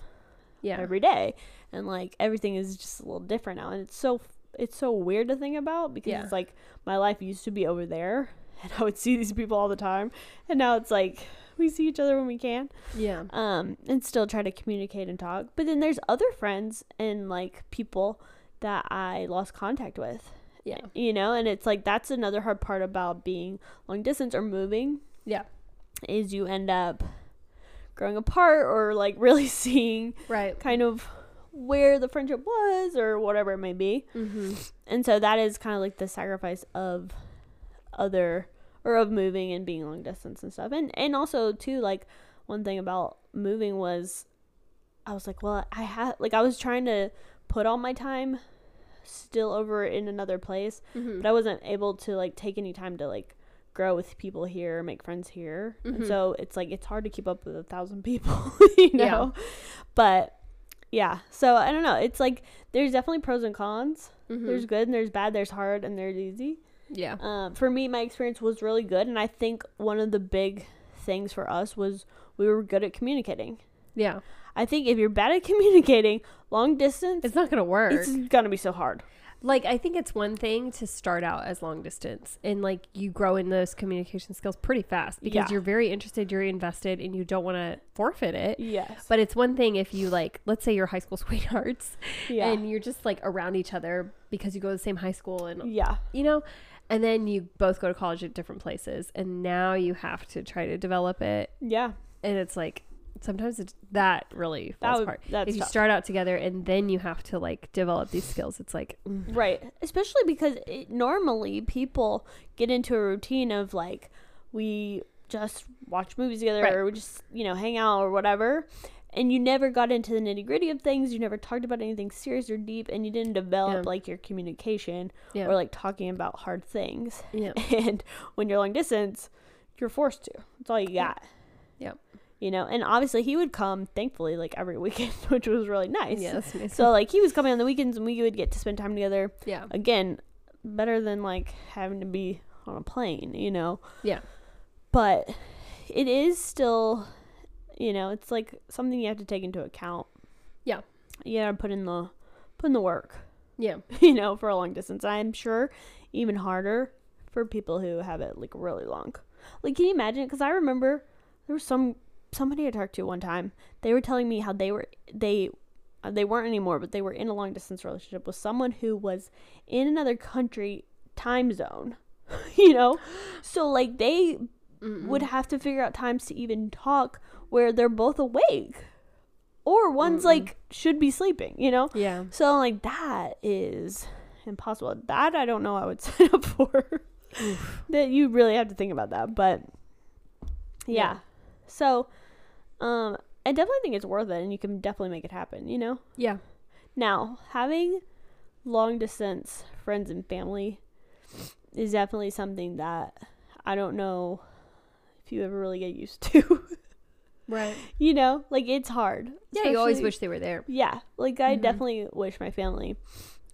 [SPEAKER 1] Yeah.
[SPEAKER 2] every day and like everything is just a little different now and it's so it's so weird to think about because
[SPEAKER 1] Yeah.
[SPEAKER 2] it's like my life used to be over there [laughs] and i would see these people all the time and now it's like we see each other when we can
[SPEAKER 1] Yeah.
[SPEAKER 2] um and still try to communicate and talk but then there's other friends and like people that i lost contact with
[SPEAKER 1] Yeah.
[SPEAKER 2] you know and it's like that's another hard part about being long distance or moving
[SPEAKER 1] Yeah.
[SPEAKER 2] is you end up growing apart or like [laughs] really seeing
[SPEAKER 1] Right.
[SPEAKER 2] kind of where the friendship was or whatever it may be.
[SPEAKER 1] Mm-hmm.
[SPEAKER 2] And so that is kind of like the sacrifice of other or of moving and being long distance and stuff. And and also too like one thing about moving was I was like, well, I had like I was trying to put all my time still over in another place,
[SPEAKER 1] Mm-hmm.
[SPEAKER 2] but I wasn't able to like take any time to like grow with people here, make friends here.
[SPEAKER 1] Mhm.
[SPEAKER 2] And so it's like it's hard to keep up with a thousand [laughs] people, you
[SPEAKER 1] Yeah.
[SPEAKER 2] know. But yeah, so I don't know. It's like there's definitely pros and cons. There's good and there's bad. There's hard and there's easy.
[SPEAKER 1] Mm-hmm. yeah.
[SPEAKER 2] Um, for me, my experience was really good, and I think one of the big things for us was we were good at communicating.
[SPEAKER 1] Yeah.
[SPEAKER 2] I think if you're bad at [laughs] communicating, long distance,
[SPEAKER 1] It's not gonna work.
[SPEAKER 2] it's gonna be so hard.
[SPEAKER 1] like I think it's one thing to start out as long distance and like you grow in those communication skills pretty fast because
[SPEAKER 2] Yeah.
[SPEAKER 1] you're very interested, you're invested and you don't want to forfeit it.
[SPEAKER 2] Yes,
[SPEAKER 1] But it's one thing if you like let's say you're high school [laughs] sweethearts
[SPEAKER 2] yeah,
[SPEAKER 1] and you're just like around each other because you go to the same high school and
[SPEAKER 2] yeah,
[SPEAKER 1] you know and then you both go to college at different places and now you have to try to develop it
[SPEAKER 2] yeah.
[SPEAKER 1] and it's like sometimes it's, that really
[SPEAKER 2] That
[SPEAKER 1] falls
[SPEAKER 2] would-
[SPEAKER 1] apart.
[SPEAKER 2] that's
[SPEAKER 1] if you
[SPEAKER 2] tough.
[SPEAKER 1] start out together and then you have to like develop these skills, it's like mm,
[SPEAKER 2] Right. Especially because it, normally people get into a routine of like, we just watch movies together
[SPEAKER 1] Right.
[SPEAKER 2] or we just, you know, hang out or whatever. And you never got into the nitty gritty of things. You never talked about anything serious or deep. And you didn't
[SPEAKER 1] Yeah.
[SPEAKER 2] develop like your communication
[SPEAKER 1] Yeah.
[SPEAKER 2] or like talking about hard things. [laughs]
[SPEAKER 1] yeah,
[SPEAKER 2] And when you're long distance, you're forced to. That's all you got.
[SPEAKER 1] Yep.
[SPEAKER 2] You know, and obviously he would come, thankfully, like every [laughs] weekend, which was really nice.
[SPEAKER 1] yeah, that's amazing.
[SPEAKER 2] So like he was coming on the weekends and we would get to spend time together
[SPEAKER 1] yeah,
[SPEAKER 2] again better than like having to be on a plane you know
[SPEAKER 1] Yeah.
[SPEAKER 2] but it is still you know it's like something you have to take into account
[SPEAKER 1] Yeah.
[SPEAKER 2] you gotta put in the put in the work
[SPEAKER 1] yeah,
[SPEAKER 2] [laughs] you know for a long distance i'm sure even harder for people who have it like really long like can you imagine because i remember there was some somebody i talked to one time they were telling me how they were they uh, they weren't anymore but they were in a long distance relationship with someone who was in another country time zone [laughs] you know so like they would have to figure out times to even talk where they're both awake or one's
[SPEAKER 1] Mm-mm.
[SPEAKER 2] like should be sleeping you know
[SPEAKER 1] yeah.
[SPEAKER 2] so like that is impossible. That I don't know I would [laughs] sign up for. that you really have to think about that. But yeah.
[SPEAKER 1] Yeah.
[SPEAKER 2] So um I definitely think it's worth it and you can definitely make it happen, you know?
[SPEAKER 1] Yeah.
[SPEAKER 2] Now, having long distance friends and family is definitely something that I don't know if you ever really get used [laughs] to.
[SPEAKER 1] Right.
[SPEAKER 2] you know, like it's hard.
[SPEAKER 1] Yeah, you always
[SPEAKER 2] especially-
[SPEAKER 1] wish they were there.
[SPEAKER 2] yeah, like I
[SPEAKER 1] Mhm.
[SPEAKER 2] definitely wish my family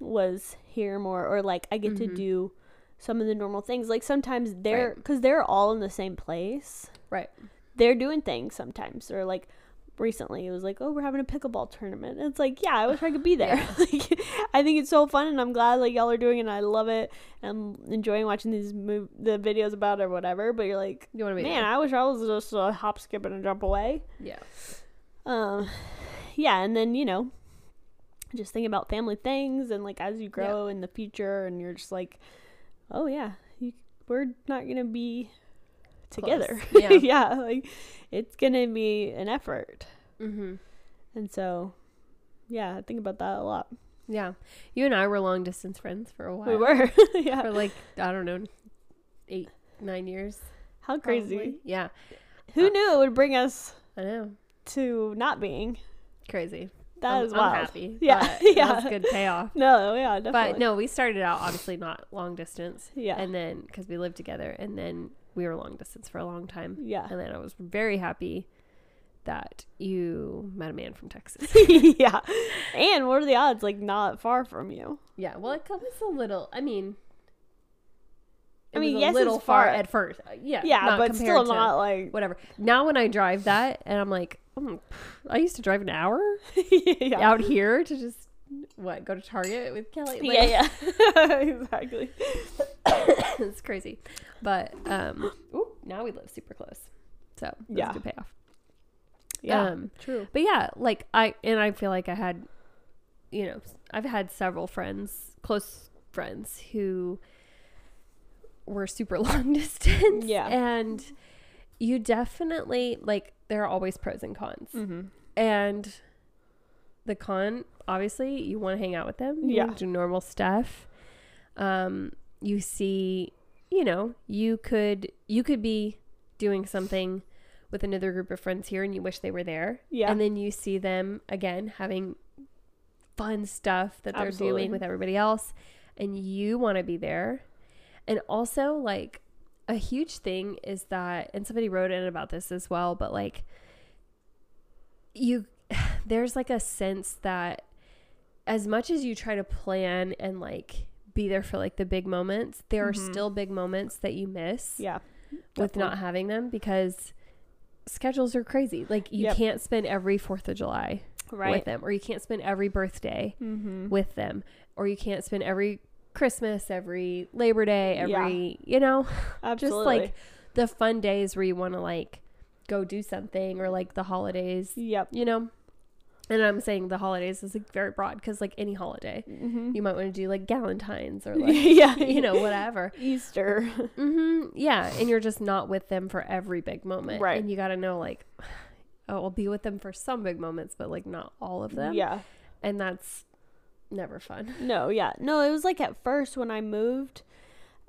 [SPEAKER 2] was here more, or like I get
[SPEAKER 1] Mhm.
[SPEAKER 2] to do some of the normal things. Like sometimes they're because they're all in the same place.
[SPEAKER 1] Right.
[SPEAKER 2] They're doing things sometimes, or like recently it was like, oh, we're having a pickleball tournament. It's like, yeah, I wish I could be there. [laughs] like, I think it's so fun, and I'm glad like y'all are doing, it and I love it. and I'm enjoying watching these mov- the videos about it or whatever. But you're like,
[SPEAKER 1] You want to be
[SPEAKER 2] man, I wish I was just a hop, skip, and a jump away.
[SPEAKER 1] there. Yeah.
[SPEAKER 2] Um, yeah, and then you know, just think about family things and like as you grow in the future, and you're just like, oh yeah, you, we're not gonna be together. [laughs]
[SPEAKER 1] Close. Yeah.
[SPEAKER 2] like it's gonna be an effort,
[SPEAKER 1] Mm-hmm.
[SPEAKER 2] and so yeah, I think about that a lot.
[SPEAKER 1] Yeah. You and I were long distance friends for a while.
[SPEAKER 2] We were, [laughs] yeah.
[SPEAKER 1] for like I don't know, eight nine years.
[SPEAKER 2] How crazy?
[SPEAKER 1] probably. Uh, Yeah.
[SPEAKER 2] Who knew it would bring us
[SPEAKER 1] I know.
[SPEAKER 2] to not being?
[SPEAKER 1] Crazy.
[SPEAKER 2] That
[SPEAKER 1] I'm,
[SPEAKER 2] is
[SPEAKER 1] I'm [laughs]
[SPEAKER 2] wild.
[SPEAKER 1] happy.
[SPEAKER 2] Yeah,
[SPEAKER 1] but
[SPEAKER 2] yeah.
[SPEAKER 1] That was good [laughs] payoff.
[SPEAKER 2] No, yeah, definitely.
[SPEAKER 1] But no, we started out obviously not long distance,
[SPEAKER 2] yeah,
[SPEAKER 1] and then because we lived together, and then we were long distance for a long time.
[SPEAKER 2] yeah.
[SPEAKER 1] And then I was very happy that you met a man from Texas. [laughs]
[SPEAKER 2] [laughs] yeah. And what are the odds? Like not far from you.
[SPEAKER 1] yeah, well, it was a little. I mean,
[SPEAKER 2] I mean,
[SPEAKER 1] was
[SPEAKER 2] yes,
[SPEAKER 1] a little
[SPEAKER 2] it's
[SPEAKER 1] far
[SPEAKER 2] far.
[SPEAKER 1] at first. Uh, Yeah,
[SPEAKER 2] Yeah,
[SPEAKER 1] not
[SPEAKER 2] but
[SPEAKER 1] compared
[SPEAKER 2] still
[SPEAKER 1] to
[SPEAKER 2] not like
[SPEAKER 1] whatever. Now when I drive that, and I'm like, mm, I used to drive an hour
[SPEAKER 2] [laughs] yeah. [laughs]
[SPEAKER 1] out here to just what go to Target with Kelly. Like,
[SPEAKER 2] Yeah, yeah. [laughs] exactly.
[SPEAKER 1] [laughs] it's crazy, but um, ooh, now we live super close, so that was
[SPEAKER 2] Yeah.
[SPEAKER 1] a good payoff.
[SPEAKER 2] Yeah.
[SPEAKER 1] Um,
[SPEAKER 2] true.
[SPEAKER 1] but yeah, like I and I feel like I had, you know, I've had several friends, close friends who were super [laughs] long distance.
[SPEAKER 2] Yeah.
[SPEAKER 1] and you definitely like there are always pros and cons,
[SPEAKER 2] Mm-hmm.
[SPEAKER 1] and the con obviously you want to hang out with them. You
[SPEAKER 2] Yeah.
[SPEAKER 1] wanna do normal stuff. Um, you see, you know, you could you could be doing something with another group of friends here, and you wish they were there.
[SPEAKER 2] Yeah.
[SPEAKER 1] And then you see them again having fun stuff that they're
[SPEAKER 2] Absolutely.
[SPEAKER 1] doing with everybody else and you want to be there. And also like a huge thing is that and somebody wrote in about this as well, but like you [sighs] there's like a sense that as much as you try to plan and like be there for like the big moments, there
[SPEAKER 2] Mhm.
[SPEAKER 1] are still big moments that you miss
[SPEAKER 2] yeah.
[SPEAKER 1] with not having them because schedules are crazy. Like you
[SPEAKER 2] Yep.
[SPEAKER 1] can't spend every 4th of July with
[SPEAKER 2] right.
[SPEAKER 1] them or you can't spend every birthday
[SPEAKER 2] Mm-hmm.
[SPEAKER 1] with them or you can't spend every Christmas, every Labor Day, every, you know,
[SPEAKER 2] Absolutely.
[SPEAKER 1] just like the fun days where you want to like go do something or like the holidays,
[SPEAKER 2] Yep.
[SPEAKER 1] you know. And I'm saying the holidays is like very broad cuz like any holiday.
[SPEAKER 2] Mm-hmm. [laughs]
[SPEAKER 1] You might want to do like Galentine's or like
[SPEAKER 2] yeah.
[SPEAKER 1] [laughs] you know whatever.
[SPEAKER 2] Easter.
[SPEAKER 1] Mm-hmm. Yeah, and you're just not with them for every big moment,
[SPEAKER 2] Right.
[SPEAKER 1] And you got to know like, [sighs] oh, I'll be with them for some big moments, but like not all of them.
[SPEAKER 2] Yeah.
[SPEAKER 1] and that's never fun.
[SPEAKER 2] No, yeah. No, it was like at first when I moved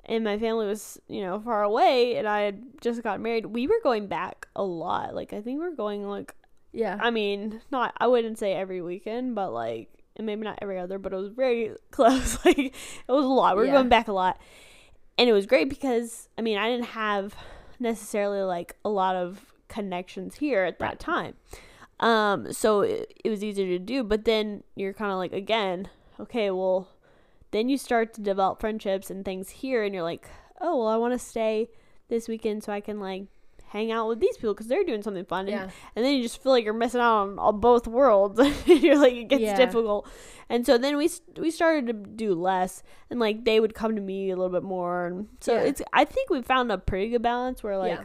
[SPEAKER 2] and my family was, you know, far away and I had just got married, we were going back a lot. Like I think we are going like
[SPEAKER 1] Yeah,
[SPEAKER 2] I mean, not I wouldn't say every weekend, but like and maybe not every other, but it was very [laughs] close. like it was a lot. We were
[SPEAKER 1] Yeah.
[SPEAKER 2] going back a lot. And it was great because I mean, I didn't have necessarily like a lot of connections here at that
[SPEAKER 1] Right.
[SPEAKER 2] time. Um so it, it was easier to do, but then you're kind of like again, okay, well then you start to develop friendships and things here and you're like, "Oh, well I want to stay this weekend so I can like hang out with these people because they're doing something fun and
[SPEAKER 1] yeah,
[SPEAKER 2] and then you just feel like you're missing out on all both worlds. [laughs] you're like it gets
[SPEAKER 1] Yeah.
[SPEAKER 2] difficult, and so then we s- we started to do less, and like they would come to me a little bit more, and so
[SPEAKER 1] Yeah.
[SPEAKER 2] it's I think we found a pretty good balance where like
[SPEAKER 1] Yeah.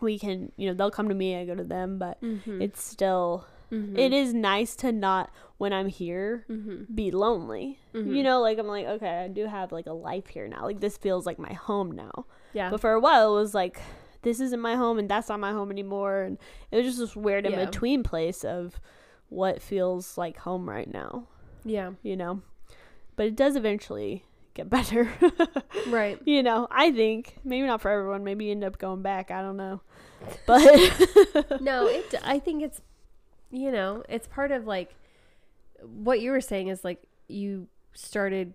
[SPEAKER 2] we can you know they'll come to me, I go to them, but
[SPEAKER 1] mm-hmm.
[SPEAKER 2] it's still it is nice to not when I'm here
[SPEAKER 1] Mm-hmm.
[SPEAKER 2] be lonely. You
[SPEAKER 1] Mhm.
[SPEAKER 2] know, like I'm like okay, I do have like a life here now. Like this feels like my home now.
[SPEAKER 1] Yeah,
[SPEAKER 2] But for a while, it was like, this isn't my home and that's not my home anymore. And it was just this weird
[SPEAKER 1] Yeah.
[SPEAKER 2] in between place of what feels like home right now,
[SPEAKER 1] yeah,
[SPEAKER 2] you know? But it does eventually get [laughs] better,
[SPEAKER 1] right.
[SPEAKER 2] you know? I think. Maybe not for everyone. Maybe you end up going back. I
[SPEAKER 1] [laughs]
[SPEAKER 2] don't know. But
[SPEAKER 1] No, it. I think it's, you know, it's part of like what you were saying is like you started,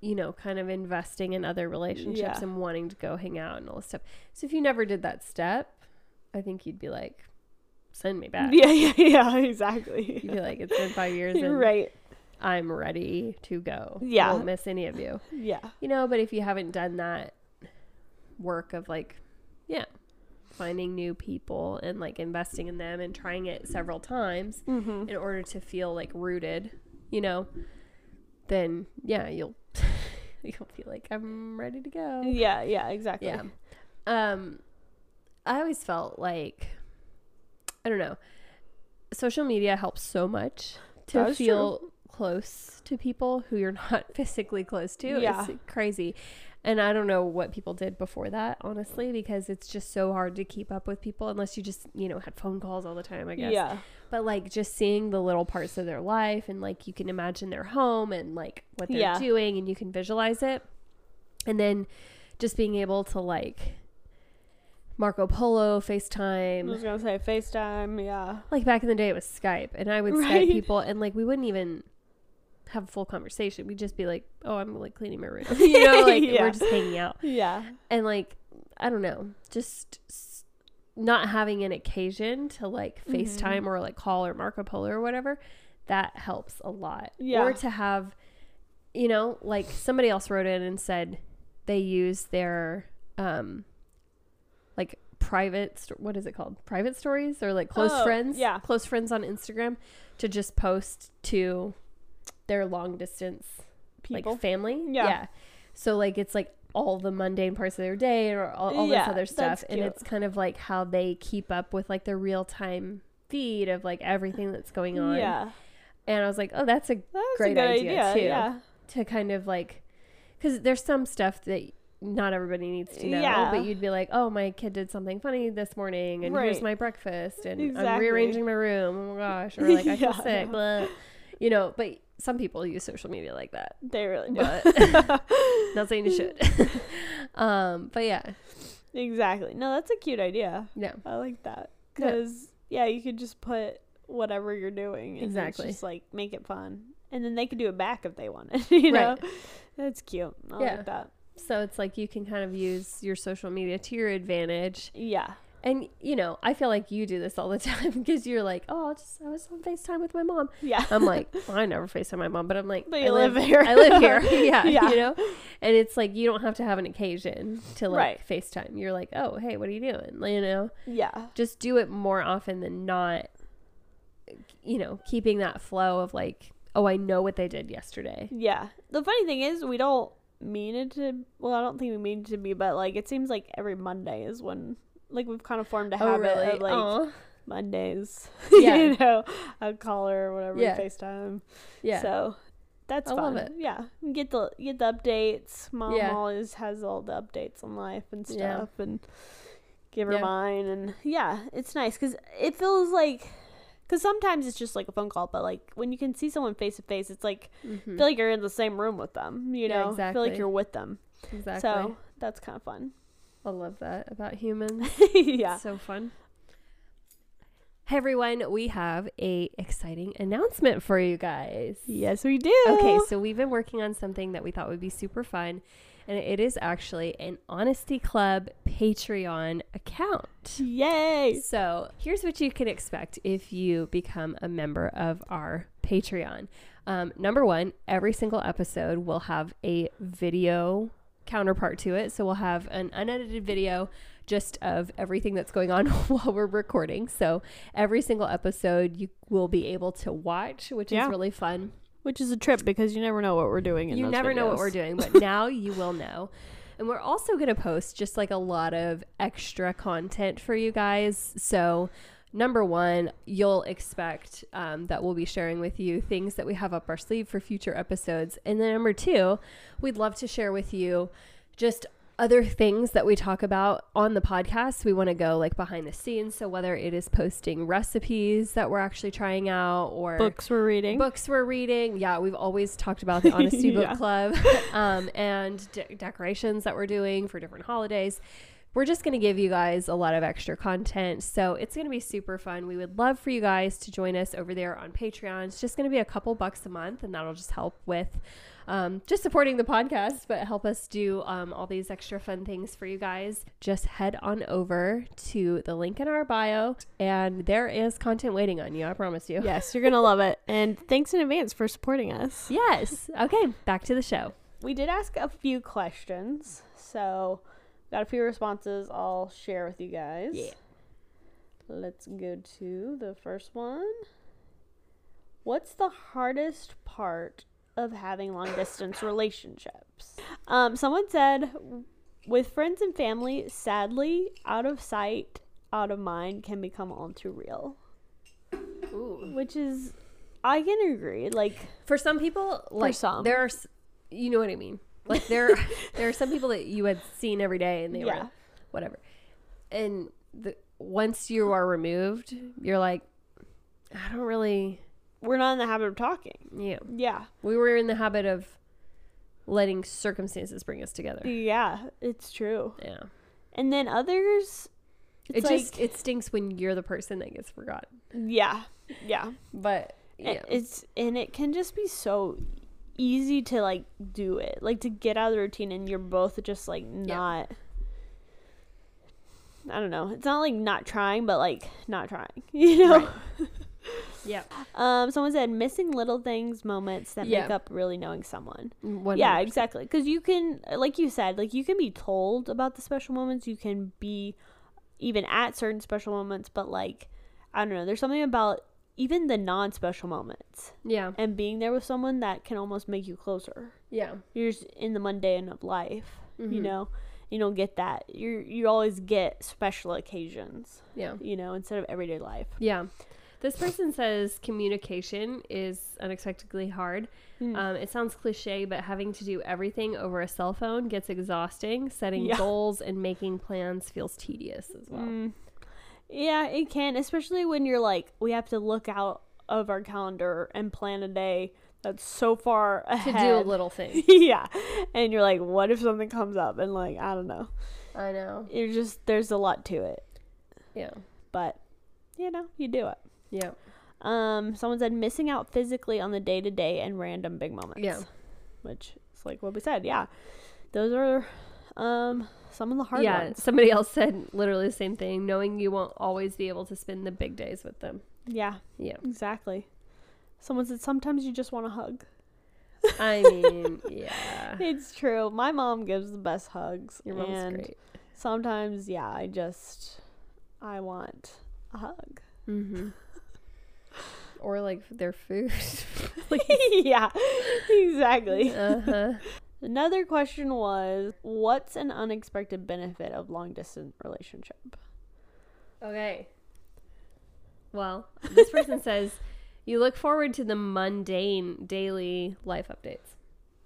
[SPEAKER 1] you know, kind of investing in other relationships
[SPEAKER 2] Yeah.
[SPEAKER 1] and wanting to go hang out and all this stuff. So if you never did that step, I think you'd be like, send me back.
[SPEAKER 2] [laughs] yeah, yeah, yeah, exactly.
[SPEAKER 1] You'd be like, it's been five years
[SPEAKER 2] [laughs] You're
[SPEAKER 1] and
[SPEAKER 2] right.
[SPEAKER 1] I'm ready to go.
[SPEAKER 2] Yeah.
[SPEAKER 1] won't miss any of you.
[SPEAKER 2] Yeah.
[SPEAKER 1] You know, but if you haven't done that work of like, yeah, finding new people and like investing in them and trying it several times
[SPEAKER 2] Mm-hmm.
[SPEAKER 1] in order to feel like rooted, you know, then yeah, you'll [laughs] you'll be like, I'm ready to go.
[SPEAKER 2] Yeah, yeah, exactly.
[SPEAKER 1] Yeah. Um I always felt like I don't know. Social media helps so much to
[SPEAKER 2] That is
[SPEAKER 1] feel close to people who you're [laughs] not physically close to.
[SPEAKER 2] Yeah.
[SPEAKER 1] It's crazy. And I don't know what people did before that, honestly, because it's just so hard to keep up with people unless you just, you know, had phone calls all the time, I guess.
[SPEAKER 2] Yeah.
[SPEAKER 1] But like just seeing the little parts of their life and like you can imagine their home and like what they're
[SPEAKER 2] Yeah.
[SPEAKER 1] doing and you can visualize it. And then just being able to like Marco Polo,
[SPEAKER 2] I
[SPEAKER 1] FaceTime.
[SPEAKER 2] was going to say FaceTime. Yeah.
[SPEAKER 1] Like back in the day it was Skype and I would
[SPEAKER 2] Right.
[SPEAKER 1] Skype people and like we wouldn't even have a full conversation. We'd just be like, Oh, I'm like cleaning my
[SPEAKER 2] [laughs]
[SPEAKER 1] room. [laughs] [laughs] you know, like
[SPEAKER 2] Yeah.
[SPEAKER 1] we're just hanging out
[SPEAKER 2] Yeah.
[SPEAKER 1] and like i don't know just s- not having an occasion to like
[SPEAKER 2] Mhm.
[SPEAKER 1] facetime or like call or marco polo or whatever that helps a lot
[SPEAKER 2] Yeah.
[SPEAKER 1] or to have you know like somebody else wrote in and said they use their um like private sto- what is it called private stories or like close
[SPEAKER 2] Oh,
[SPEAKER 1] friends
[SPEAKER 2] yeah.
[SPEAKER 1] close friends on instagram to just post to their long distance
[SPEAKER 2] people.
[SPEAKER 1] like family
[SPEAKER 2] Yeah.
[SPEAKER 1] so like it's like all the mundane parts of their day or all, all
[SPEAKER 2] Yeah,
[SPEAKER 1] this other
[SPEAKER 2] that's
[SPEAKER 1] stuff and
[SPEAKER 2] cute.
[SPEAKER 1] it's kind of like how they keep up with like the real time feed of like everything that's going on
[SPEAKER 2] yeah,
[SPEAKER 1] and i was like oh that's a
[SPEAKER 2] that's
[SPEAKER 1] Great
[SPEAKER 2] a good
[SPEAKER 1] idea,
[SPEAKER 2] idea,
[SPEAKER 1] too.
[SPEAKER 2] Yeah,
[SPEAKER 1] to kind of like because there's some stuff that not everybody needs to know
[SPEAKER 2] Yeah.
[SPEAKER 1] but you'd be like oh my kid did something funny this morning and here's
[SPEAKER 2] Right.
[SPEAKER 1] my breakfast and i'm
[SPEAKER 2] Exactly.
[SPEAKER 1] rearranging my room oh my
[SPEAKER 2] [laughs]
[SPEAKER 1] gosh or like i feel
[SPEAKER 2] Yeah,
[SPEAKER 1] sick
[SPEAKER 2] yeah.
[SPEAKER 1] blah. you know but some people use social media like that
[SPEAKER 2] they really do.
[SPEAKER 1] but [laughs] not saying you should [laughs] um but yeah
[SPEAKER 2] [laughs] exactly. No, that's a cute idea.
[SPEAKER 1] no
[SPEAKER 2] I like that
[SPEAKER 1] Yeah.
[SPEAKER 2] because yeah. you could just put whatever you're doing and
[SPEAKER 1] Exactly.
[SPEAKER 2] exactly just like make it fun, and then they could do it back if they wanted. [laughs] You know,
[SPEAKER 1] Right.
[SPEAKER 2] that's cute. I
[SPEAKER 1] Yeah.
[SPEAKER 2] like that.
[SPEAKER 1] so it's like you can kind of use your social media to your advantage
[SPEAKER 2] Yeah,
[SPEAKER 1] and you know i feel like you do this all the [laughs] time because you're like oh I'll just i was on facetime with my mom [laughs]
[SPEAKER 2] yeah. [laughs]
[SPEAKER 1] I'm like, well, I never FaceTime my mom, but I'm like,
[SPEAKER 2] But
[SPEAKER 1] I
[SPEAKER 2] you live here.
[SPEAKER 1] [laughs] I live here. yeah,
[SPEAKER 2] Yeah.
[SPEAKER 1] You know? And it's like, you don't have to have an occasion to like
[SPEAKER 2] Right.
[SPEAKER 1] FaceTime. You're like, oh, hey, what are you doing? You know?
[SPEAKER 2] [laughs] yeah.
[SPEAKER 1] Just do it more often than not, you know, keeping that flow of like, oh, I know what they did yesterday.
[SPEAKER 2] Yeah. The funny thing is, we don't mean it to. Well, I don't think we mean it to be, but like it seems like every Monday is when like we've kind of formed a
[SPEAKER 1] Oh,
[SPEAKER 2] habit
[SPEAKER 1] really?
[SPEAKER 2] of like
[SPEAKER 1] Aw.
[SPEAKER 2] Mondays. [laughs]
[SPEAKER 1] Yeah.
[SPEAKER 2] you know, a caller or whatever,
[SPEAKER 1] Yeah.
[SPEAKER 2] FaceTime.
[SPEAKER 1] yeah.
[SPEAKER 2] So that's
[SPEAKER 1] I
[SPEAKER 2] fun.
[SPEAKER 1] love it.
[SPEAKER 2] Yeah. You Get the you get the updates. Mom
[SPEAKER 1] Yeah.
[SPEAKER 2] always has all the updates on life and
[SPEAKER 1] Yeah.
[SPEAKER 2] stuff, and give her
[SPEAKER 1] Yeah.
[SPEAKER 2] mine. And yeah, it's nice because it feels like. Because sometimes it's just like a phone call, but like when you can see someone face to face, it's like
[SPEAKER 1] Mhm.
[SPEAKER 2] feel like you're in the same room with them. You
[SPEAKER 1] Yeah,
[SPEAKER 2] know, feel
[SPEAKER 1] exactly.
[SPEAKER 2] like you're with them.
[SPEAKER 1] Exactly.
[SPEAKER 2] So that's kind of
[SPEAKER 1] [laughs]
[SPEAKER 2] fun. [laughs]
[SPEAKER 1] I love that about humans.
[SPEAKER 2] yeah.
[SPEAKER 1] So fun. Hey everyone, we have a exciting announcement for you guys.
[SPEAKER 2] Yes, we do.
[SPEAKER 1] Okay, so we've been working on something that we thought would be super fun, and it is actually an Honesty Club Patreon account.
[SPEAKER 2] Yay.
[SPEAKER 1] So here's what you can expect if you become a member of our Patreon. Um, number one, every single episode will have a video counterpart to it. So we'll have an unedited video just of everything that's going on [laughs] while we're recording. So every single episode you will be able to watch, which
[SPEAKER 2] Yeah.
[SPEAKER 1] is really fun
[SPEAKER 2] Which is a trip because you never know what we're doing. In
[SPEAKER 1] you
[SPEAKER 2] those
[SPEAKER 1] never know what
[SPEAKER 2] videos.
[SPEAKER 1] we're doing but
[SPEAKER 2] [laughs]
[SPEAKER 1] now you will know and we're also going to post just like a lot of extra content for you guys so number one you'll expect um, that we'll be sharing with you things that we have up our sleeve for future episodes and then number two we'd love to share with you just other things that we talk about on the podcast we want to go like behind the scenes so whether it is posting recipes that we're actually trying out or
[SPEAKER 2] Books we're reading.
[SPEAKER 1] Books we're reading. Yeah, we've always talked about the
[SPEAKER 2] [laughs]
[SPEAKER 1] Honesty
[SPEAKER 2] Yeah.
[SPEAKER 1] Book Club um, and de- decorations that we're doing for different holidays. We're just going to give you guys a lot of extra content. So it's going to be super fun. We would love for you guys to join us over there on Patreon. It's just going to be a couple bucks a month, and that'll just help with um, just supporting the podcast, but help us do um, all these extra fun things for you guys. Just head on over to the link in our bio, and there is content waiting on you. I promise you.
[SPEAKER 2] yes, you're gonna love it. And thanks in advance for supporting us.
[SPEAKER 1] Yes. Okay, back to the show.
[SPEAKER 2] We did ask a few questions, so got a few responses. I'll share with you guys.
[SPEAKER 1] Yeah.
[SPEAKER 2] Let's go to the first one. What's the hardest part of having long distance relationships? Um, someone said, with friends and family, sadly, out of sight, out of mind can become all too real.
[SPEAKER 1] Ooh.
[SPEAKER 2] Which is, I can agree. Like,
[SPEAKER 1] For some people, like
[SPEAKER 2] some.
[SPEAKER 1] there are, s- you know what I mean. Like [laughs] there, there are some people that you had seen every day, and they
[SPEAKER 2] Yeah.
[SPEAKER 1] were whatever. And the, once you are removed, you're like, I don't really.
[SPEAKER 2] we're not in the habit of talking.
[SPEAKER 1] Yeah,
[SPEAKER 2] Yeah.
[SPEAKER 1] we were in the habit of letting circumstances bring us together.
[SPEAKER 2] Yeah, it's true.
[SPEAKER 1] Yeah,
[SPEAKER 2] And then others,
[SPEAKER 1] it
[SPEAKER 2] it's like,
[SPEAKER 1] just it stinks when you're the person that gets forgotten.
[SPEAKER 2] yeah, yeah.
[SPEAKER 1] But
[SPEAKER 2] A-
[SPEAKER 1] yeah,
[SPEAKER 2] It's and it can just be so easy to like do it, like to get out of the routine, and you're both just like not. I don't know. It's not like not trying, but like not trying. [laughs] You know. [laughs]
[SPEAKER 1] yeah,
[SPEAKER 2] Um. Someone said missing little things, moments that make
[SPEAKER 1] Yeah.
[SPEAKER 2] up really knowing someone.
[SPEAKER 1] One
[SPEAKER 2] Yeah,
[SPEAKER 1] hundred percent.
[SPEAKER 2] exactly. Because you can, like you said, like you can be told about the special moments. You can be even at certain special moments, but like I don't know, there's something about even the non special moments
[SPEAKER 1] Yeah.
[SPEAKER 2] and being there with someone that can almost make you closer.
[SPEAKER 1] Yeah.
[SPEAKER 2] You're just in the mundane of life, you
[SPEAKER 1] Mhm.
[SPEAKER 2] know. You don't get that. You you always get special occasions,
[SPEAKER 1] Yeah.
[SPEAKER 2] you know, instead of everyday life.
[SPEAKER 1] Yeah. This person says communication is unexpectedly hard.
[SPEAKER 2] Mm.
[SPEAKER 1] Um, it sounds cliche, but having to do everything over a cell phone gets exhausting. Setting
[SPEAKER 2] Yeah.
[SPEAKER 1] goals and making plans feels tedious as well.
[SPEAKER 2] Mm. Yeah, it can, especially when you're like, we have to look out of our calendar and plan a day that's so far
[SPEAKER 1] To
[SPEAKER 2] ahead.
[SPEAKER 1] do a little thing.
[SPEAKER 2] [laughs] yeah, and you're like, what if something comes up? And like, I don't know.
[SPEAKER 1] I know.
[SPEAKER 2] You're just there's a lot to it,
[SPEAKER 1] Yeah.
[SPEAKER 2] but you know, you do it.
[SPEAKER 1] Yeah.
[SPEAKER 2] Um, someone said missing out physically on the day to day and random big moments.
[SPEAKER 1] Yeah.
[SPEAKER 2] which is like what we said. Yeah, those are um some of the hard
[SPEAKER 1] yeah.
[SPEAKER 2] ones.
[SPEAKER 1] Somebody else said literally the same thing, knowing you won't always be able to spend the big days with them.
[SPEAKER 2] Yeah,
[SPEAKER 1] Yeah.
[SPEAKER 2] exactly. Someone said sometimes you just want to hug. [laughs]
[SPEAKER 1] I mean, yeah.
[SPEAKER 2] It's true. My mom gives the best hugs.
[SPEAKER 1] Your mom's
[SPEAKER 2] and
[SPEAKER 1] great.
[SPEAKER 2] Sometimes, yeah, I just I want a hug. [laughs]
[SPEAKER 1] Mm-hmm. or like their
[SPEAKER 2] [laughs]
[SPEAKER 1] food. [laughs]
[SPEAKER 2] yeah, exactly.
[SPEAKER 1] uh huh.
[SPEAKER 2] Another question was, what's an unexpected benefit of long distance relationship?
[SPEAKER 1] Okay. Well, this person says [laughs] you look forward to the mundane daily life updates.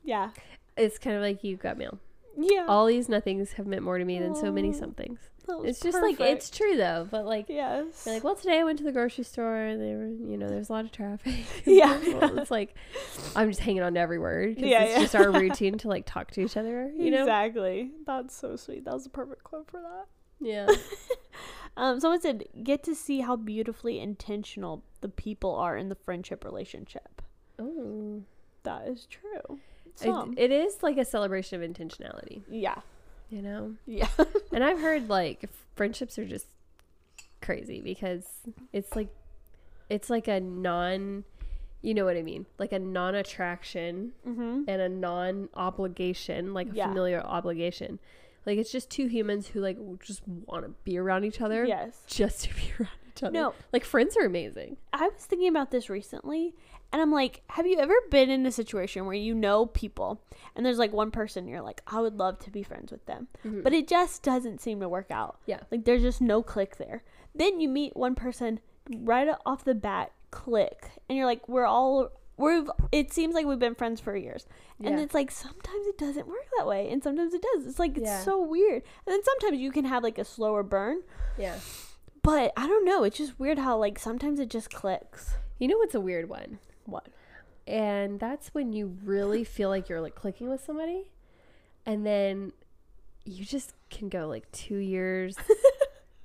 [SPEAKER 2] Yeah,
[SPEAKER 1] It's kind of like you got mail.
[SPEAKER 2] yeah.
[SPEAKER 1] All these nothings have meant more to me than so many
[SPEAKER 2] Aw,
[SPEAKER 1] somethings.
[SPEAKER 2] that was
[SPEAKER 1] It's just like
[SPEAKER 2] perfect.
[SPEAKER 1] it's true though, but like
[SPEAKER 2] yes.
[SPEAKER 1] you're like, well, today I went to the grocery store. and They were, you know, there's a lot of traffic. [laughs]
[SPEAKER 2] [laughs] Yeah.
[SPEAKER 1] Well, it's like I'm just hanging on to every word. 'cause
[SPEAKER 2] Yeah,
[SPEAKER 1] it's
[SPEAKER 2] yeah.
[SPEAKER 1] just
[SPEAKER 2] [laughs]
[SPEAKER 1] our routine to like talk to each other. You know.
[SPEAKER 2] exactly. That's so sweet. That was a perfect quote for that. [laughs]
[SPEAKER 1] Yeah.
[SPEAKER 2] Um, someone said, get to see how beautifully intentional the people are in the friendship relationship.
[SPEAKER 1] Oh.
[SPEAKER 2] That is true.
[SPEAKER 1] It- it is like a celebration of intentionality.
[SPEAKER 2] yeah.
[SPEAKER 1] You know.
[SPEAKER 2] Yeah. [laughs]
[SPEAKER 1] And I've heard like friendships are just crazy because it's like it's like a non you know what I mean? Like a non attraction
[SPEAKER 2] mm-hmm.
[SPEAKER 1] and a non obligation, like a
[SPEAKER 2] Yeah.
[SPEAKER 1] familiar obligation. Like it's just two humans who like just want to be around each other.
[SPEAKER 2] Yes.
[SPEAKER 1] Just to be [laughs] around each other.
[SPEAKER 2] No.
[SPEAKER 1] Like friends are amazing.
[SPEAKER 2] I was thinking about this recently, and I'm like, have you ever been in a situation where you know people, and there's like one person you're like, I would love to be friends with them, but it just doesn't seem to work out.
[SPEAKER 1] Mm-hmm. Yeah.
[SPEAKER 2] Like there's just no click there. Then you meet one person right off the bat, click, and you're like, we're all we've. It seems like we've been friends for years, and
[SPEAKER 1] Yeah.
[SPEAKER 2] it's like sometimes it doesn't work that way, and sometimes it does. It's like it's
[SPEAKER 1] Yeah.
[SPEAKER 2] so weird, and then sometimes you can have like a slower burn,
[SPEAKER 1] Yeah.
[SPEAKER 2] but I don't know. It's just weird how like sometimes it just clicks.
[SPEAKER 1] You know what's a weird one?
[SPEAKER 2] What?
[SPEAKER 1] and that's when you really feel like you're like clicking with somebody and then you just can go like two
[SPEAKER 2] [laughs]
[SPEAKER 1] years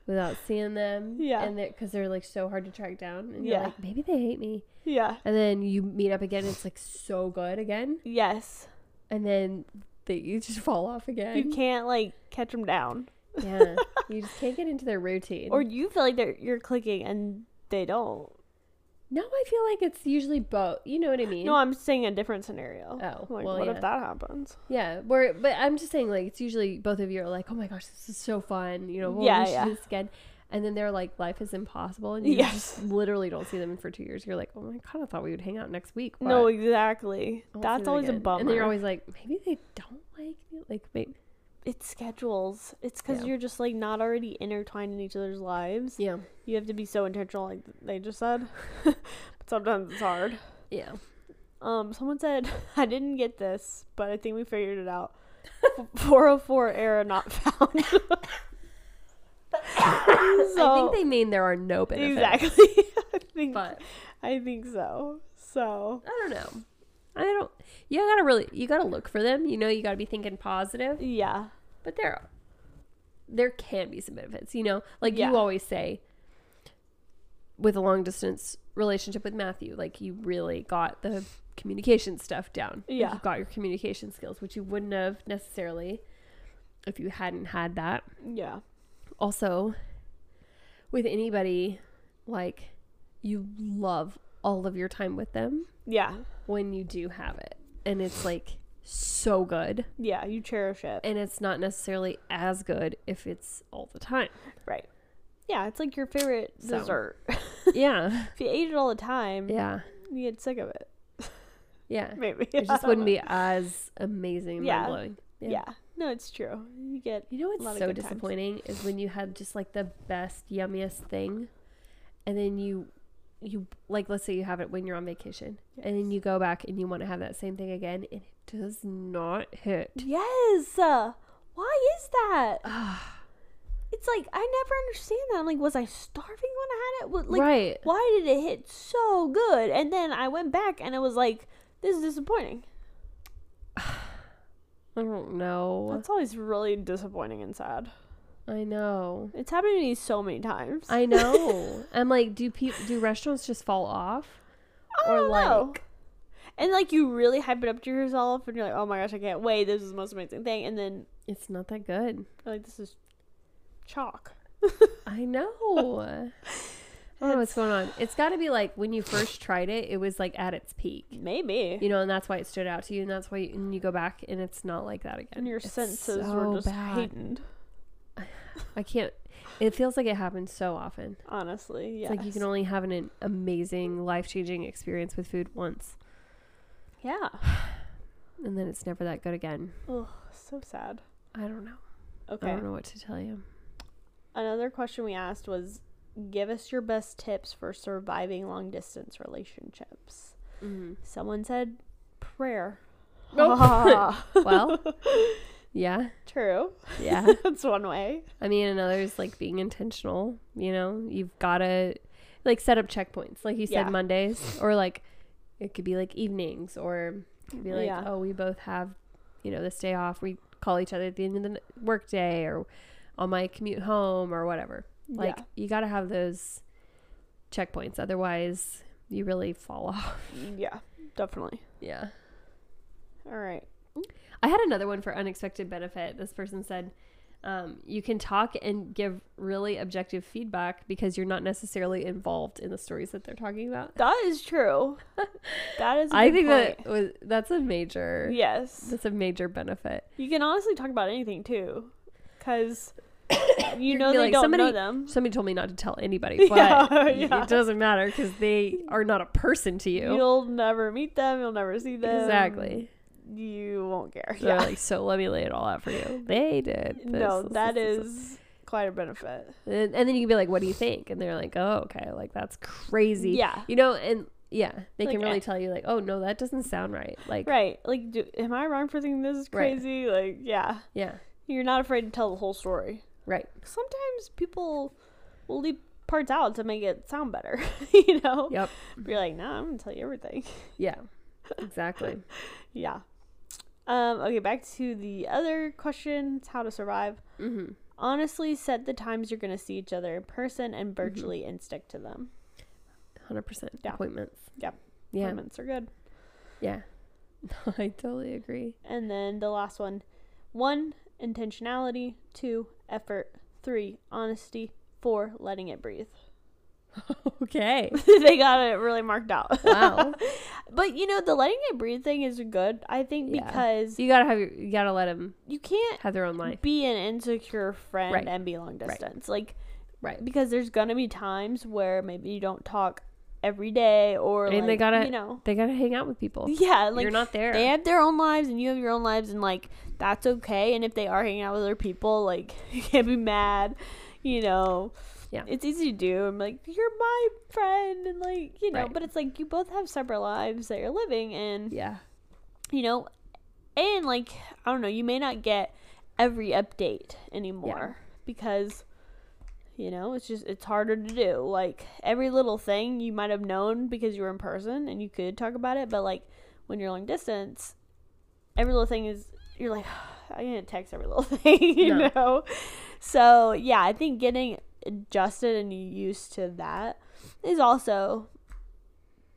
[SPEAKER 1] without seeing them
[SPEAKER 2] Yeah.
[SPEAKER 1] and because they're like so hard to track down and you're
[SPEAKER 2] Yeah.
[SPEAKER 1] like maybe they hate me
[SPEAKER 2] Yeah.
[SPEAKER 1] and then you meet up again it's like so good again
[SPEAKER 2] Yes.
[SPEAKER 1] and then they, you just fall off again
[SPEAKER 2] You can't like catch them down, [laughs]
[SPEAKER 1] yeah you just can't get into their routine
[SPEAKER 2] or you feel like they're you're clicking and they don't.
[SPEAKER 1] no i feel like it's usually both you know what i mean
[SPEAKER 2] No, I'm saying a different scenario.
[SPEAKER 1] Oh,
[SPEAKER 2] like
[SPEAKER 1] well,
[SPEAKER 2] what
[SPEAKER 1] yeah.
[SPEAKER 2] if that happens?
[SPEAKER 1] Yeah, where but I'm just saying like it's usually both of you are like, oh my gosh, this is so fun, you know, well,
[SPEAKER 2] Yeah,
[SPEAKER 1] we should
[SPEAKER 2] yeah.
[SPEAKER 1] do this again, and then they're like, life is impossible, and you
[SPEAKER 2] [laughs] Yes.
[SPEAKER 1] just literally don't see them for two years. You're like, oh my god, I thought we would hang out next week. but I
[SPEAKER 2] No,
[SPEAKER 1] won't
[SPEAKER 2] exactly.
[SPEAKER 1] see
[SPEAKER 2] That's
[SPEAKER 1] them
[SPEAKER 2] always a
[SPEAKER 1] again."
[SPEAKER 2] bummer.
[SPEAKER 1] And then you're always like, maybe they don't like me, like maybe
[SPEAKER 2] it's schedules. It's because
[SPEAKER 1] Yeah.
[SPEAKER 2] you're just like not already intertwined in each other's lives.
[SPEAKER 1] yeah,
[SPEAKER 2] You have to be so intentional, like they
[SPEAKER 1] [laughs]
[SPEAKER 2] just said. [laughs] but sometimes it's hard.
[SPEAKER 1] yeah.
[SPEAKER 2] Um, someone said [laughs] I didn't get this, but I think we figured
[SPEAKER 1] [laughs]
[SPEAKER 2] it out. 404 error not found. [laughs]
[SPEAKER 1] I
[SPEAKER 2] So-
[SPEAKER 1] think they mean there are no benefits,
[SPEAKER 2] Exactly. [laughs] I think
[SPEAKER 1] but
[SPEAKER 2] I think so. So
[SPEAKER 1] I don't know. I don't. You gotta really, you gotta look for them. You know, you gotta be thinking positive.
[SPEAKER 2] yeah.
[SPEAKER 1] but there there can be some benefits you know like
[SPEAKER 2] Yeah.
[SPEAKER 1] you always say with a long distance relationship with matthew like you really got the communication stuff down Like,
[SPEAKER 2] Yeah.
[SPEAKER 1] you got your communication skills which you wouldn't have necessarily if you hadn't had that
[SPEAKER 2] Yeah.
[SPEAKER 1] also with anybody like you love all of your time with them
[SPEAKER 2] Yeah.
[SPEAKER 1] when you do have it and it's like so good
[SPEAKER 2] Yeah. You cherish it. [laughs]
[SPEAKER 1] and it's not necessarily as good if it's all the time.
[SPEAKER 2] Right. Yeah, it's like your favorite
[SPEAKER 1] So.
[SPEAKER 2] dessert.
[SPEAKER 1] yeah.
[SPEAKER 2] If you ate it all the time,
[SPEAKER 1] Yeah.
[SPEAKER 2] you get sick of it. [laughs]
[SPEAKER 1] Yeah.
[SPEAKER 2] Maybe
[SPEAKER 1] It just wouldn't
[SPEAKER 2] [laughs]
[SPEAKER 1] be as amazing and
[SPEAKER 2] Yeah.
[SPEAKER 1] mind blowing.
[SPEAKER 2] Yeah. no, it's true. You get
[SPEAKER 1] You know
[SPEAKER 2] A lot
[SPEAKER 1] what's
[SPEAKER 2] of
[SPEAKER 1] so
[SPEAKER 2] good times.
[SPEAKER 1] disappointing is when you have just like the best, yummiest thing, and then you, you like let's say you have it when you're on vacation, and then you go back and you want to have that same thing again, and it does not hit.
[SPEAKER 2] yes. Uh, why is
[SPEAKER 1] [sighs]
[SPEAKER 2] that?
[SPEAKER 1] Ah,
[SPEAKER 2] It's like I never understand that. I'm like, was I starving when I had it? What, like,
[SPEAKER 1] right?
[SPEAKER 2] why did it hit so good? And then I went back and it was like, this is disappointing.
[SPEAKER 1] I don't know.
[SPEAKER 2] That's always really disappointing and sad.
[SPEAKER 1] I know.
[SPEAKER 2] It's happened to me so many times.
[SPEAKER 1] I
[SPEAKER 2] [laughs]
[SPEAKER 1] know. I'm like, do people do restaurants just fall off?
[SPEAKER 2] I
[SPEAKER 1] or
[SPEAKER 2] don't know.
[SPEAKER 1] like-
[SPEAKER 2] and like you really hype it up to yourself, and you're like, oh my gosh, I can't wait. This is the most amazing thing. And then
[SPEAKER 1] It's not that good.
[SPEAKER 2] you're like, this is chalk.
[SPEAKER 1] I
[SPEAKER 2] [laughs]
[SPEAKER 1] know. I don't know what's going on. It's got to be like when you first tried it, it was like at its peak.
[SPEAKER 2] Maybe.
[SPEAKER 1] you know, and that's why it stood out to you, and that's why you, and you go back and it's not like that again.
[SPEAKER 2] and your
[SPEAKER 1] It's
[SPEAKER 2] senses were just heightened.
[SPEAKER 1] I can't. It feels like it happens so often.
[SPEAKER 2] Honestly, yeah.
[SPEAKER 1] It's like you can only have an, an amazing, life changing experience with food once,
[SPEAKER 2] yeah.
[SPEAKER 1] and then it's never that good again.
[SPEAKER 2] Oh, so sad.
[SPEAKER 1] I don't know. I
[SPEAKER 2] Okay.
[SPEAKER 1] don't know what to tell you.
[SPEAKER 2] Another question we asked was give us your best tips for surviving long distance relationships. Mm-hmm. Someone said prayer.
[SPEAKER 1] Nope.
[SPEAKER 2] Ah,
[SPEAKER 1] Well, yeah,
[SPEAKER 2] [laughs] true.
[SPEAKER 1] yeah.
[SPEAKER 2] That's one way.
[SPEAKER 1] I mean, another is like being intentional. You know, you've gotta like set up checkpoints, like you said,
[SPEAKER 2] Yeah.
[SPEAKER 1] Mondays, or like it could be like evenings, or it could be like,
[SPEAKER 2] Yeah.
[SPEAKER 1] oh, we both have, you know, this day off. We call each other at the end of the n- work day, or on my commute home, or whatever. Like
[SPEAKER 2] Yeah.
[SPEAKER 1] you gotta have those checkpoints, otherwise you really fall off.
[SPEAKER 2] Yeah, definitely.
[SPEAKER 1] Yeah.
[SPEAKER 2] All right.
[SPEAKER 1] I had another one for unexpected benefit. This person said, um, "You can talk and give really objective feedback because you're not necessarily involved in the stories that they're talking about."
[SPEAKER 2] That is true. [laughs] That is a
[SPEAKER 1] I
[SPEAKER 2] good
[SPEAKER 1] think
[SPEAKER 2] point.
[SPEAKER 1] that was that's a major
[SPEAKER 2] Yes.
[SPEAKER 1] that's a major benefit.
[SPEAKER 2] You can honestly talk about anything too.
[SPEAKER 1] [coughs]
[SPEAKER 2] Cuz you
[SPEAKER 1] You're
[SPEAKER 2] know
[SPEAKER 1] gonna be
[SPEAKER 2] they
[SPEAKER 1] like,
[SPEAKER 2] don't know
[SPEAKER 1] "Somebody-
[SPEAKER 2] them.
[SPEAKER 1] Somebody told me not to tell
[SPEAKER 2] [laughs]
[SPEAKER 1] anybody, but
[SPEAKER 2] Yeah,
[SPEAKER 1] y-
[SPEAKER 2] yeah.
[SPEAKER 1] it doesn't matter because they are not a person to you.
[SPEAKER 2] You'll never meet them. You'll never see them.
[SPEAKER 1] exactly.
[SPEAKER 2] You won't care.
[SPEAKER 1] They're like, so let me lay it all out for you. They did. [laughs] this,
[SPEAKER 2] no,
[SPEAKER 1] this,
[SPEAKER 2] that
[SPEAKER 1] this, this,
[SPEAKER 2] is
[SPEAKER 1] this."
[SPEAKER 2] quite a benefit.
[SPEAKER 1] And, and then you can be like, "What do you think?" And they're like, "Oh, okay. Like that's crazy."
[SPEAKER 2] Yeah.
[SPEAKER 1] you know and yeah they can
[SPEAKER 2] Like,
[SPEAKER 1] really
[SPEAKER 2] eh.
[SPEAKER 1] tell you like oh no that doesn't sound right like
[SPEAKER 2] Right. Like, do, am I wrong for thinking this is
[SPEAKER 1] Right.
[SPEAKER 2] crazy? Like, yeah.
[SPEAKER 1] yeah
[SPEAKER 2] You're not afraid to tell the whole story.
[SPEAKER 1] right
[SPEAKER 2] Sometimes people will leave parts out to make it sound better, [laughs] you know?
[SPEAKER 1] yep
[SPEAKER 2] You're like, nah, I'm going to tell you everything. [laughs]
[SPEAKER 1] yeah exactly
[SPEAKER 2] yeah. Um, okay, back to the other question it's how to survive.
[SPEAKER 1] hmm
[SPEAKER 2] Honestly, set the times you're going to see each other in person and
[SPEAKER 1] Mm-hmm.
[SPEAKER 2] virtually and stick to them.
[SPEAKER 1] 100%
[SPEAKER 2] Yeah.
[SPEAKER 1] appointments
[SPEAKER 2] Yep.
[SPEAKER 1] yeah
[SPEAKER 2] Appointments are good.
[SPEAKER 1] yeah [laughs] no, i totally agree
[SPEAKER 2] And then the last one one, intentionality. Two, effort. Three, honesty. Four, letting it breathe. [laughs]
[SPEAKER 1] okay
[SPEAKER 2] they got it really marked out. [laughs]
[SPEAKER 1] wow
[SPEAKER 2] but you know, the letting it breathe thing is good, I think,
[SPEAKER 1] Yeah.
[SPEAKER 2] because
[SPEAKER 1] so you gotta have your, you gotta let them
[SPEAKER 2] you can't
[SPEAKER 1] have their own life
[SPEAKER 2] be an insecure friend
[SPEAKER 1] Right.
[SPEAKER 2] and be long distance. Like,
[SPEAKER 1] Right.
[SPEAKER 2] Because there's going to be times where maybe you don't talk every day or,
[SPEAKER 1] And
[SPEAKER 2] like,
[SPEAKER 1] they gotta-
[SPEAKER 2] you know.
[SPEAKER 1] they gotta hang out with people
[SPEAKER 2] Yeah, like
[SPEAKER 1] you're not there
[SPEAKER 2] they have their own lives and you have your own lives and like that's okay and if they are hanging out with other people like [laughs] you can't be mad you know
[SPEAKER 1] Yeah.
[SPEAKER 2] it's easy to do i'm like you're my friend and like you know
[SPEAKER 1] Right.
[SPEAKER 2] but it's like you both have separate lives that you're living and
[SPEAKER 1] yeah
[SPEAKER 2] you know and like i don't know you may not get every update anymore because you know it's just it's harder to do like every little thing you might have known because you were in person and you could talk about it but like when you're long distance every little thing is you're like [sighs] i didn't text every little [laughs] thing you
[SPEAKER 1] No.
[SPEAKER 2] know so yeah i think getting adjusted and used to that is also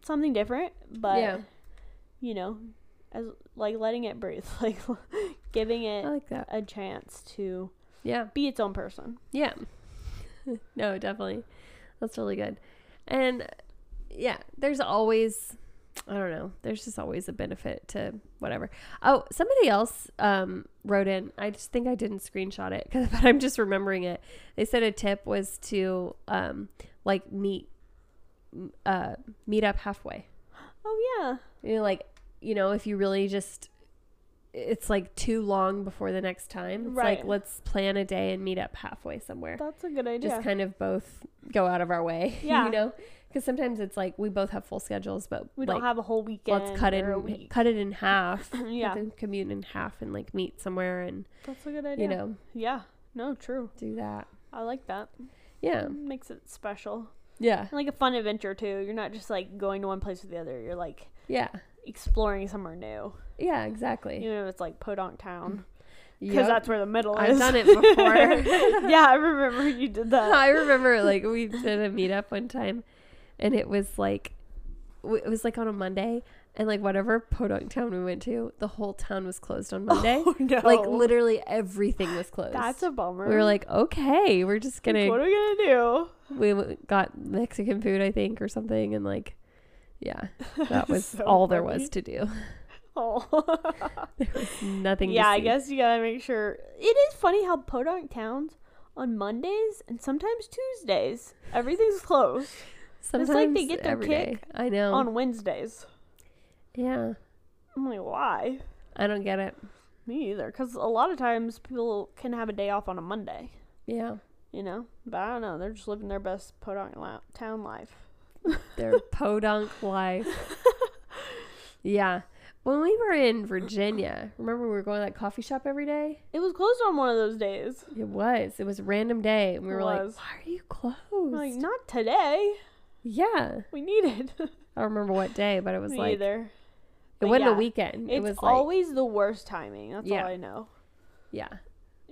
[SPEAKER 2] something different but
[SPEAKER 1] yeah
[SPEAKER 2] you know, as like letting it breathe, [laughs] like giving
[SPEAKER 1] i
[SPEAKER 2] it
[SPEAKER 1] like that
[SPEAKER 2] a chance to
[SPEAKER 1] yeah
[SPEAKER 2] be its own person.
[SPEAKER 1] Yeah. [laughs] no, definitely. That's really good. And yeah, there's always I don't know. There's just always a benefit to whatever. Oh, somebody else um, wrote in. I just think I didn't screenshot it, [laughs] 'cause- but I'm just remembering it. They said a tip was to um, like meet uh, meet up halfway.
[SPEAKER 2] Oh yeah.
[SPEAKER 1] You know, like you know, if you really just it's like too long before the next time. It's
[SPEAKER 2] Right.
[SPEAKER 1] like let's plan a day and meet up halfway somewhere.
[SPEAKER 2] That's a good idea.
[SPEAKER 1] just kind of both go out of our way. [laughs]
[SPEAKER 2] Yeah.
[SPEAKER 1] you know, because sometimes it's like we both have full schedules, but
[SPEAKER 2] we
[SPEAKER 1] like,
[SPEAKER 2] don't have a whole weekend.
[SPEAKER 1] let's cut it
[SPEAKER 2] or a
[SPEAKER 1] in,
[SPEAKER 2] week.
[SPEAKER 1] cut it
[SPEAKER 2] [laughs]
[SPEAKER 1] in half.
[SPEAKER 2] yeah.
[SPEAKER 1] Cut the commute in half and like meet somewhere and
[SPEAKER 2] That's a good idea.
[SPEAKER 1] you know
[SPEAKER 2] Yeah. No, true.
[SPEAKER 1] do that.
[SPEAKER 2] I like that.
[SPEAKER 1] Yeah,
[SPEAKER 2] Makes it special.
[SPEAKER 1] yeah,
[SPEAKER 2] And like a fun adventure too. You're not just like going to one place or the other. You're like
[SPEAKER 1] yeah,
[SPEAKER 2] exploring somewhere new.
[SPEAKER 1] yeah. Exactly.
[SPEAKER 2] Even if it's like Podunk Town, because
[SPEAKER 1] Yep.
[SPEAKER 2] that's where the middle
[SPEAKER 1] Mm. I've
[SPEAKER 2] is.
[SPEAKER 1] done it before. [laughs]
[SPEAKER 2] [laughs] yeah, I remember you did that.
[SPEAKER 1] I remember like we did a meetup one time, and it was like, w- it was like on a Monday, and like whatever Podunk town we went to, the whole town was closed
[SPEAKER 2] [laughs]
[SPEAKER 1] on Monday.
[SPEAKER 2] [laughs] Oh, no.
[SPEAKER 1] Like literally everything was closed.
[SPEAKER 2] That's a bummer.
[SPEAKER 1] we were like, okay, we're just
[SPEAKER 2] Like,
[SPEAKER 1] gonna.
[SPEAKER 2] what are we gonna do?
[SPEAKER 1] we w- got Mexican food, I think, or something, and like,
[SPEAKER 2] [laughs]
[SPEAKER 1] yeah, that was
[SPEAKER 2] So
[SPEAKER 1] all there
[SPEAKER 2] funny.
[SPEAKER 1] was to do. [laughs]
[SPEAKER 2] Oh.
[SPEAKER 1] Nothing. to
[SPEAKER 2] yeah, I
[SPEAKER 1] see.
[SPEAKER 2] guess you gotta make sure. It is funny how podunk towns on Mondays and sometimes Tuesdays
[SPEAKER 1] [laughs]
[SPEAKER 2] everything's closed. like
[SPEAKER 1] Sometimes
[SPEAKER 2] they get their
[SPEAKER 1] every day.
[SPEAKER 2] kick
[SPEAKER 1] I know.
[SPEAKER 2] On Wednesdays,
[SPEAKER 1] yeah,
[SPEAKER 2] I'm like, why?
[SPEAKER 1] I don't get it.
[SPEAKER 2] Me either, because a lot of times people can have a day off on a Monday,
[SPEAKER 1] Yeah,
[SPEAKER 2] you know. But I don't know, they're just living their best podunk la- town life. [laughs]
[SPEAKER 1] their podunk life. Yeah. When we were in Virginia, remember we were going to that coffee shop every day?
[SPEAKER 2] It was closed on one of those days.
[SPEAKER 1] It was. It was a random day. And we
[SPEAKER 2] It
[SPEAKER 1] were
[SPEAKER 2] was.
[SPEAKER 1] like, why are you
[SPEAKER 2] I'm
[SPEAKER 1] closed?
[SPEAKER 2] like, not today.
[SPEAKER 1] yeah.
[SPEAKER 2] We need it.
[SPEAKER 1] I don't remember what day, but it was
[SPEAKER 2] [laughs] Me
[SPEAKER 1] like,
[SPEAKER 2] either.
[SPEAKER 1] it
[SPEAKER 2] But
[SPEAKER 1] wasn't
[SPEAKER 2] yeah,
[SPEAKER 1] a weekend.
[SPEAKER 2] It's
[SPEAKER 1] it was like,
[SPEAKER 2] always the worst timing. That's
[SPEAKER 1] Yeah.
[SPEAKER 2] all I know.
[SPEAKER 1] yeah.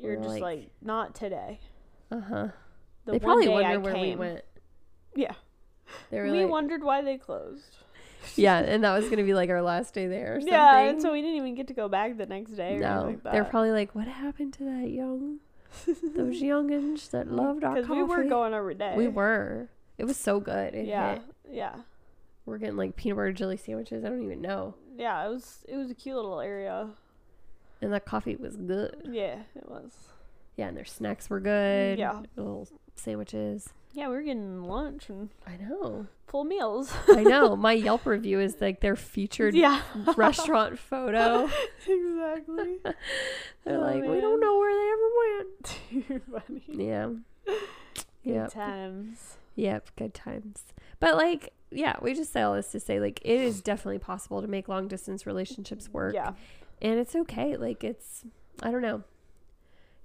[SPEAKER 2] You're
[SPEAKER 1] We're
[SPEAKER 2] just
[SPEAKER 1] like-
[SPEAKER 2] like, not today.
[SPEAKER 1] Uh huh.
[SPEAKER 2] The
[SPEAKER 1] they
[SPEAKER 2] one
[SPEAKER 1] probably
[SPEAKER 2] day
[SPEAKER 1] wonder
[SPEAKER 2] I
[SPEAKER 1] where we
[SPEAKER 2] came-
[SPEAKER 1] went.
[SPEAKER 2] Yeah.
[SPEAKER 1] They were
[SPEAKER 2] we
[SPEAKER 1] like,
[SPEAKER 2] wondered why they closed.
[SPEAKER 1] yeah, and that was gonna be like our last day there. Or something.
[SPEAKER 2] Yeah, and so we didn't even get to go back the next day. Or
[SPEAKER 1] no,
[SPEAKER 2] anything like
[SPEAKER 1] they're
[SPEAKER 2] that.
[SPEAKER 1] probably like, what happened to that
[SPEAKER 2] [laughs]
[SPEAKER 1] young, those youngins that loved our coffee?
[SPEAKER 2] we were going every day.
[SPEAKER 1] We were. It was so good. It
[SPEAKER 2] Yeah,
[SPEAKER 1] hit.
[SPEAKER 2] yeah,
[SPEAKER 1] we're getting like peanut butter jelly sandwiches. I don't even know,
[SPEAKER 2] yeah. It was it was a cute little area.
[SPEAKER 1] and that coffee was good.
[SPEAKER 2] Yeah, it was.
[SPEAKER 1] Yeah, and their snacks were good.
[SPEAKER 2] Yeah.
[SPEAKER 1] little sandwiches.
[SPEAKER 2] Yeah, we were getting lunch and
[SPEAKER 1] I know.
[SPEAKER 2] full meals. [laughs]
[SPEAKER 1] I know. My Yelp review is like their featured
[SPEAKER 2] yeah,
[SPEAKER 1] [laughs] restaurant
[SPEAKER 2] [laughs]
[SPEAKER 1] photo.
[SPEAKER 2] exactly.
[SPEAKER 1] [laughs] They're
[SPEAKER 2] Oh,
[SPEAKER 1] like, we don't
[SPEAKER 2] man.
[SPEAKER 1] know where they ever went.
[SPEAKER 2] [laughs] Too funny.
[SPEAKER 1] Yeah. Yep.
[SPEAKER 2] Good times.
[SPEAKER 1] Yep. Good times. But like, yeah, we just say all this to say like it is definitely possible to make long distance relationships work.
[SPEAKER 2] Yeah,
[SPEAKER 1] And it's okay. Like it's I don't know.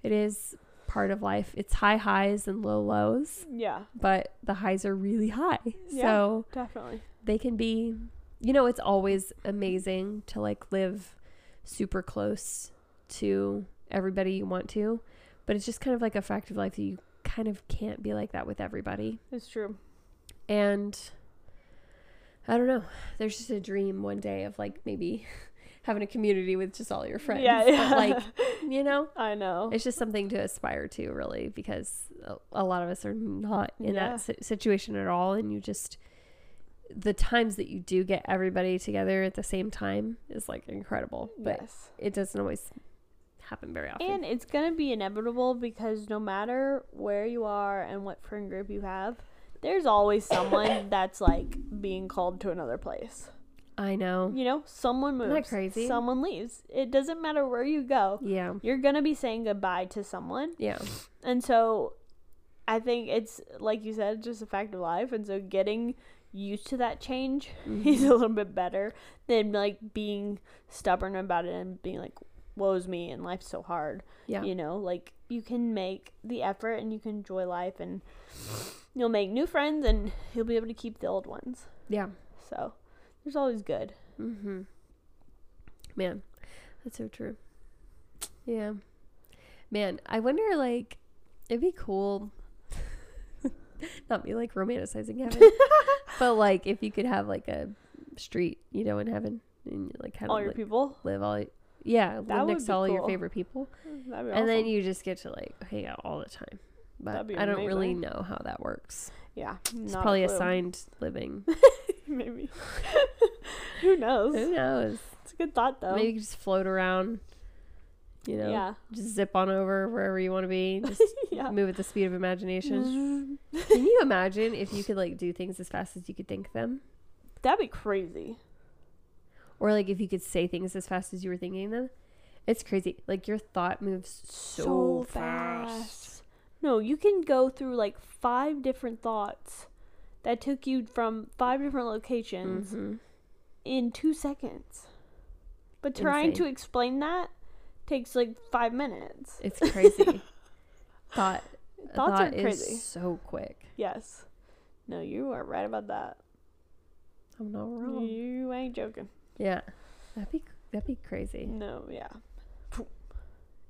[SPEAKER 1] It is part of life. It's high highs and low lows,
[SPEAKER 2] yeah,
[SPEAKER 1] but the highs are really high.
[SPEAKER 2] Yeah.
[SPEAKER 1] So
[SPEAKER 2] definitely.
[SPEAKER 1] they can be you know, it's always amazing to like live super close to everybody you want to. But it's just kind of like a fact of life that you kind of can't be like that with everybody
[SPEAKER 2] It's true.
[SPEAKER 1] and I don't know. There's just a dream one day of like maybe [laughs] having a community with just all your friends.
[SPEAKER 2] Yeah,
[SPEAKER 1] But,
[SPEAKER 2] yeah.
[SPEAKER 1] like you know,
[SPEAKER 2] [laughs] I know.
[SPEAKER 1] it's just something to aspire to, really, because a- a lot of us are not in
[SPEAKER 2] Yeah.
[SPEAKER 1] that si- situation at all, and you just the times that you do get everybody together at the same time is like incredible, but
[SPEAKER 2] yes.
[SPEAKER 1] it doesn't always happen very often.
[SPEAKER 2] And it's going to be inevitable because no matter where you are and what friend group you have, there's
[SPEAKER 1] [coughs]
[SPEAKER 2] always someone that's like being called to another place.
[SPEAKER 1] I know.
[SPEAKER 2] You know, someone moves.
[SPEAKER 1] that crazy?
[SPEAKER 2] Someone leaves. It doesn't matter where you go.
[SPEAKER 1] Yeah.
[SPEAKER 2] You're going to be saying goodbye to someone.
[SPEAKER 1] Yeah.
[SPEAKER 2] And so I think it's, like you said, just a fact of life. And so getting used to that change [laughs] is
[SPEAKER 1] Mm-hmm.
[SPEAKER 2] a little bit better than like being stubborn about it and being like, woe's me and life's so hard
[SPEAKER 1] Yeah.
[SPEAKER 2] you know like you can make the effort and you can enjoy life and you'll make new friends and you'll be able to keep the old ones
[SPEAKER 1] Yeah.
[SPEAKER 2] so there's always good
[SPEAKER 1] Mm-hmm. Man, that's so true. Yeah. Man, I wonder, like, it'd be cool. [laughs] Not me, like, romanticizing
[SPEAKER 2] [laughs]
[SPEAKER 1] heaven. but, like, if you could have, like, a street, you know, in heaven and, you, like, kind
[SPEAKER 2] all
[SPEAKER 1] of
[SPEAKER 2] your
[SPEAKER 1] li-
[SPEAKER 2] people
[SPEAKER 1] live all y- yeah,
[SPEAKER 2] That
[SPEAKER 1] live
[SPEAKER 2] would
[SPEAKER 1] next
[SPEAKER 2] be
[SPEAKER 1] to all your
[SPEAKER 2] cool.
[SPEAKER 1] favorite people.
[SPEAKER 2] That'd be
[SPEAKER 1] And then
[SPEAKER 2] awesome.
[SPEAKER 1] you just get to, like, hang out all the time. But
[SPEAKER 2] That'd be
[SPEAKER 1] I don't really
[SPEAKER 2] amazing.
[SPEAKER 1] know how that works.
[SPEAKER 2] yeah
[SPEAKER 1] It's
[SPEAKER 2] not [laughs]
[SPEAKER 1] probably
[SPEAKER 2] clue.
[SPEAKER 1] assigned living.
[SPEAKER 2] maybe [laughs] Who knows?
[SPEAKER 1] Who knows?
[SPEAKER 2] It's a good thought though.
[SPEAKER 1] Maybe you could just float around. You know,
[SPEAKER 2] Oh. Yeah. [laughs]
[SPEAKER 1] just zip on over wherever you want to be. Just
[SPEAKER 2] yeah.
[SPEAKER 1] move at the speed of
[SPEAKER 2] [laughs]
[SPEAKER 1] imagination. Can you imagine if you could like do things as fast as you could think them,
[SPEAKER 2] That'd be crazy.
[SPEAKER 1] or like if you could say things as fast as you were thinking them? It's crazy. Like your thought moves so, fast.
[SPEAKER 2] No, you can go through like five different thoughts that took you from five different locations
[SPEAKER 1] Mhm.
[SPEAKER 2] in two seconds. But trying
[SPEAKER 1] Insane.
[SPEAKER 2] to explain that takes like five minutes.
[SPEAKER 1] It's
[SPEAKER 2] [laughs]
[SPEAKER 1] crazy. thought
[SPEAKER 2] Thoughts
[SPEAKER 1] thought
[SPEAKER 2] are
[SPEAKER 1] is
[SPEAKER 2] crazy.
[SPEAKER 1] so quick.
[SPEAKER 2] Yes. No, you are right about that.
[SPEAKER 1] I'm not wrong.
[SPEAKER 2] You ain't joking.
[SPEAKER 1] Yeah, that'd be that'd be crazy.
[SPEAKER 2] No, yeah.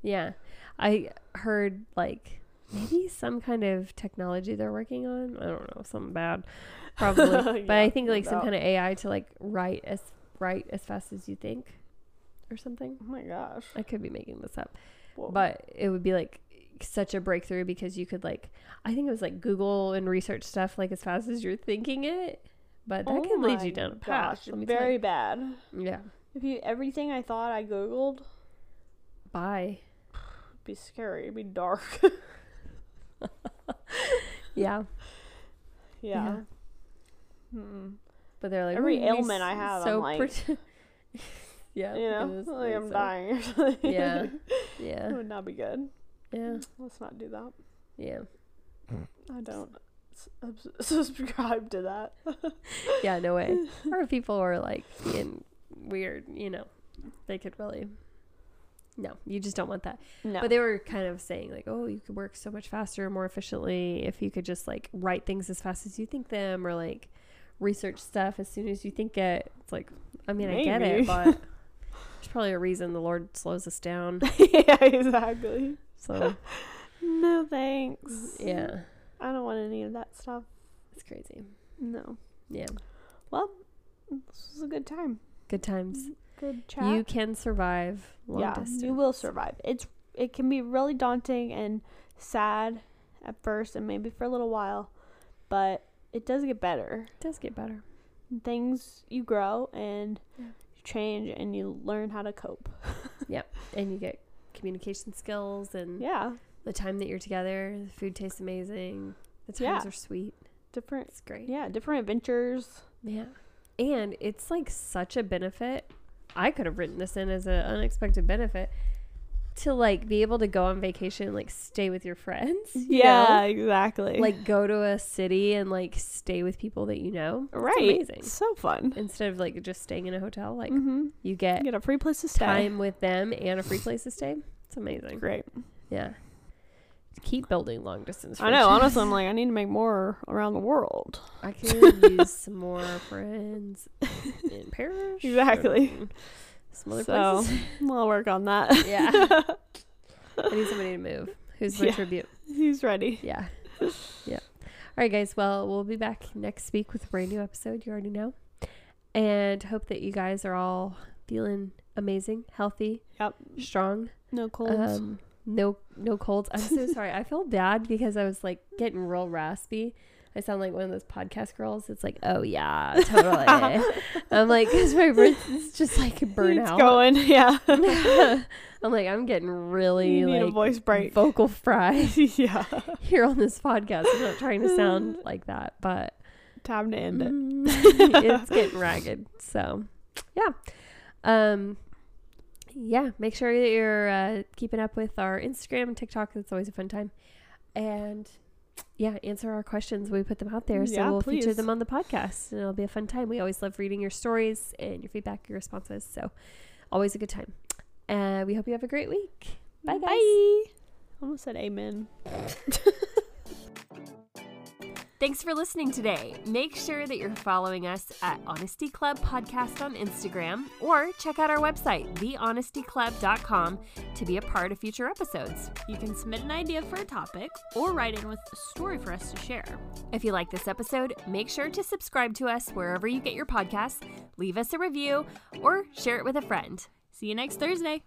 [SPEAKER 1] Yeah. I heard like maybe some kind of technology they're working on. I don't know, something bad.
[SPEAKER 2] [laughs]
[SPEAKER 1] Probably. but I
[SPEAKER 2] Yeah,
[SPEAKER 1] think like some
[SPEAKER 2] no.
[SPEAKER 1] kind of AI to like write as write as fast as you think or something.
[SPEAKER 2] Oh my gosh.
[SPEAKER 1] I could be making this up.
[SPEAKER 2] Whoa.
[SPEAKER 1] But it would be like such a breakthrough because you could like I think it was like Google and research stuff like as fast as you're thinking it. But that
[SPEAKER 2] Oh
[SPEAKER 1] can lead
[SPEAKER 2] my
[SPEAKER 1] you down a path.
[SPEAKER 2] gosh,
[SPEAKER 1] let me tell
[SPEAKER 2] very
[SPEAKER 1] you.
[SPEAKER 2] bad.
[SPEAKER 1] Yeah.
[SPEAKER 2] If you everything I thought I googled [laughs]
[SPEAKER 1] Bye.
[SPEAKER 2] would be scary. It'd be dark. [laughs]
[SPEAKER 1] Yeah.
[SPEAKER 2] yeah. Mm-mm.
[SPEAKER 1] But they're like
[SPEAKER 2] Every
[SPEAKER 1] "Ooh, we
[SPEAKER 2] ailment I
[SPEAKER 1] s-
[SPEAKER 2] have, I'm like-
[SPEAKER 1] pretend-" [laughs] yeah,
[SPEAKER 2] You know,
[SPEAKER 1] because
[SPEAKER 2] like I'm
[SPEAKER 1] so-
[SPEAKER 2] dying. [laughs] or something.
[SPEAKER 1] Yeah,
[SPEAKER 2] it
[SPEAKER 1] yeah,
[SPEAKER 2] would not be good.
[SPEAKER 1] yeah,
[SPEAKER 2] Let's not do that. [laughs]
[SPEAKER 1] yeah,
[SPEAKER 2] I don't s- abs- [laughs] subscribe to that. [laughs]
[SPEAKER 1] yeah. No way. or if people are like being weird, you know, they could really. No, you just don't want that.
[SPEAKER 2] No.
[SPEAKER 1] But they were kind of saying like, oh, you could work so much faster, more efficiently if you could just like write things as fast as you think them, or like research stuff as soon as you think it. It's like, I mean, I get
[SPEAKER 2] Maybe.
[SPEAKER 1] it,
[SPEAKER 2] [laughs]
[SPEAKER 1] but there's probably a reason the Lord slows us down.
[SPEAKER 2] [laughs] yeah, exactly. [laughs]
[SPEAKER 1] So
[SPEAKER 2] No thanks.
[SPEAKER 1] yeah,
[SPEAKER 2] I don't want any of that stuff.
[SPEAKER 1] it's crazy.
[SPEAKER 2] No.
[SPEAKER 1] Yeah.
[SPEAKER 2] Well, this was a good time.
[SPEAKER 1] Good times.
[SPEAKER 2] Good chat.
[SPEAKER 1] You can survive long
[SPEAKER 2] yeah,
[SPEAKER 1] distance.
[SPEAKER 2] you will survive. It's it can be really daunting and sad at first, and maybe for a little while, but it does get better.
[SPEAKER 1] It does get better.
[SPEAKER 2] Things you grow and
[SPEAKER 1] Yeah.
[SPEAKER 2] you change, and you learn how to cope.
[SPEAKER 1] And you get communication skills and
[SPEAKER 2] Yeah,
[SPEAKER 1] the time that you're together. The food tastes amazing. The times
[SPEAKER 2] Yeah.
[SPEAKER 1] are sweet.
[SPEAKER 2] different.
[SPEAKER 1] It's great.
[SPEAKER 2] Yeah, different [laughs] adventures.
[SPEAKER 1] Yeah. And it's like such a benefit. I could have written this in as an unexpected benefit to like be able to go on vacation, and, like stay with your friends. you know?
[SPEAKER 2] exactly. Like
[SPEAKER 1] Like go to a city and like stay with people that you know. It's
[SPEAKER 2] right,
[SPEAKER 1] amazing.
[SPEAKER 2] so fun.
[SPEAKER 1] Instead of like just staying in a hotel, like
[SPEAKER 2] mm-hmm.
[SPEAKER 1] you get
[SPEAKER 2] Get a free place to stay.
[SPEAKER 1] time with them and a free place to stay. It's amazing.
[SPEAKER 2] Great.
[SPEAKER 1] Yeah. Keep building long distance.
[SPEAKER 2] I know.
[SPEAKER 1] friendships.
[SPEAKER 2] Honestly, I'm like, I need to make more around the world.
[SPEAKER 1] I could use some more
[SPEAKER 2] [laughs]
[SPEAKER 1] friends in Paris. or
[SPEAKER 2] Exactly.
[SPEAKER 1] in Some other
[SPEAKER 2] So-
[SPEAKER 1] places.
[SPEAKER 2] [laughs] I'll work on that. [laughs]
[SPEAKER 1] Yeah. I need somebody to move. Who's my
[SPEAKER 2] Yeah.
[SPEAKER 1] tribute?
[SPEAKER 2] [laughs] He's ready.
[SPEAKER 1] Yeah. Yeah. All right, guys. Well, we'll be back next week with a brand new episode. You already know. And hope that you guys are all feeling amazing, healthy,
[SPEAKER 2] Yep.
[SPEAKER 1] strong.
[SPEAKER 2] No colds.
[SPEAKER 1] Um, no, no colds. I'm so sorry. I feel bad because I was like getting real raspy. I sound like one of those podcast girls. It's like, oh yeah,
[SPEAKER 2] [laughs]
[SPEAKER 1] totally. I'm like, because my voice is just like
[SPEAKER 2] It's
[SPEAKER 1] burnout.
[SPEAKER 2] going, [laughs] yeah.
[SPEAKER 1] [laughs] I'm like, I'm getting really
[SPEAKER 2] [laughs] you need a
[SPEAKER 1] like
[SPEAKER 2] voice break.
[SPEAKER 1] vocal fry
[SPEAKER 2] [laughs]
[SPEAKER 1] [laughs]
[SPEAKER 2] yeah.
[SPEAKER 1] here on this podcast. I'm not trying to sound like that, but
[SPEAKER 2] Time to end it.
[SPEAKER 1] Mm, [laughs] it's getting ragged. So, yeah. Um, yeah, make sure that you're uh, keeping up with our Instagram and TikTok. It's always a fun time. And yeah, answer our questions. We put them out there. So
[SPEAKER 2] Yeah,
[SPEAKER 1] we'll feature
[SPEAKER 2] please.
[SPEAKER 1] them on the podcast and it'll be a fun time. We always love reading your stories and your feedback, your responses. So, always a good time. Uh, we hope you have a great week. Mm-hmm. Bye, guys.
[SPEAKER 2] Bye. Almost said amen.
[SPEAKER 1] Thanks for listening today. Make sure that you're following us at Honesty Club Podcast on Instagram or check out our website, thehonestyclub.com, to be a part of future episodes.
[SPEAKER 3] You can submit an idea for a topic or write in with a story for us to share.
[SPEAKER 1] If you like this episode, make sure to subscribe to us wherever you get your podcasts, leave us a review, or share it with a friend.
[SPEAKER 3] See you next Thursday.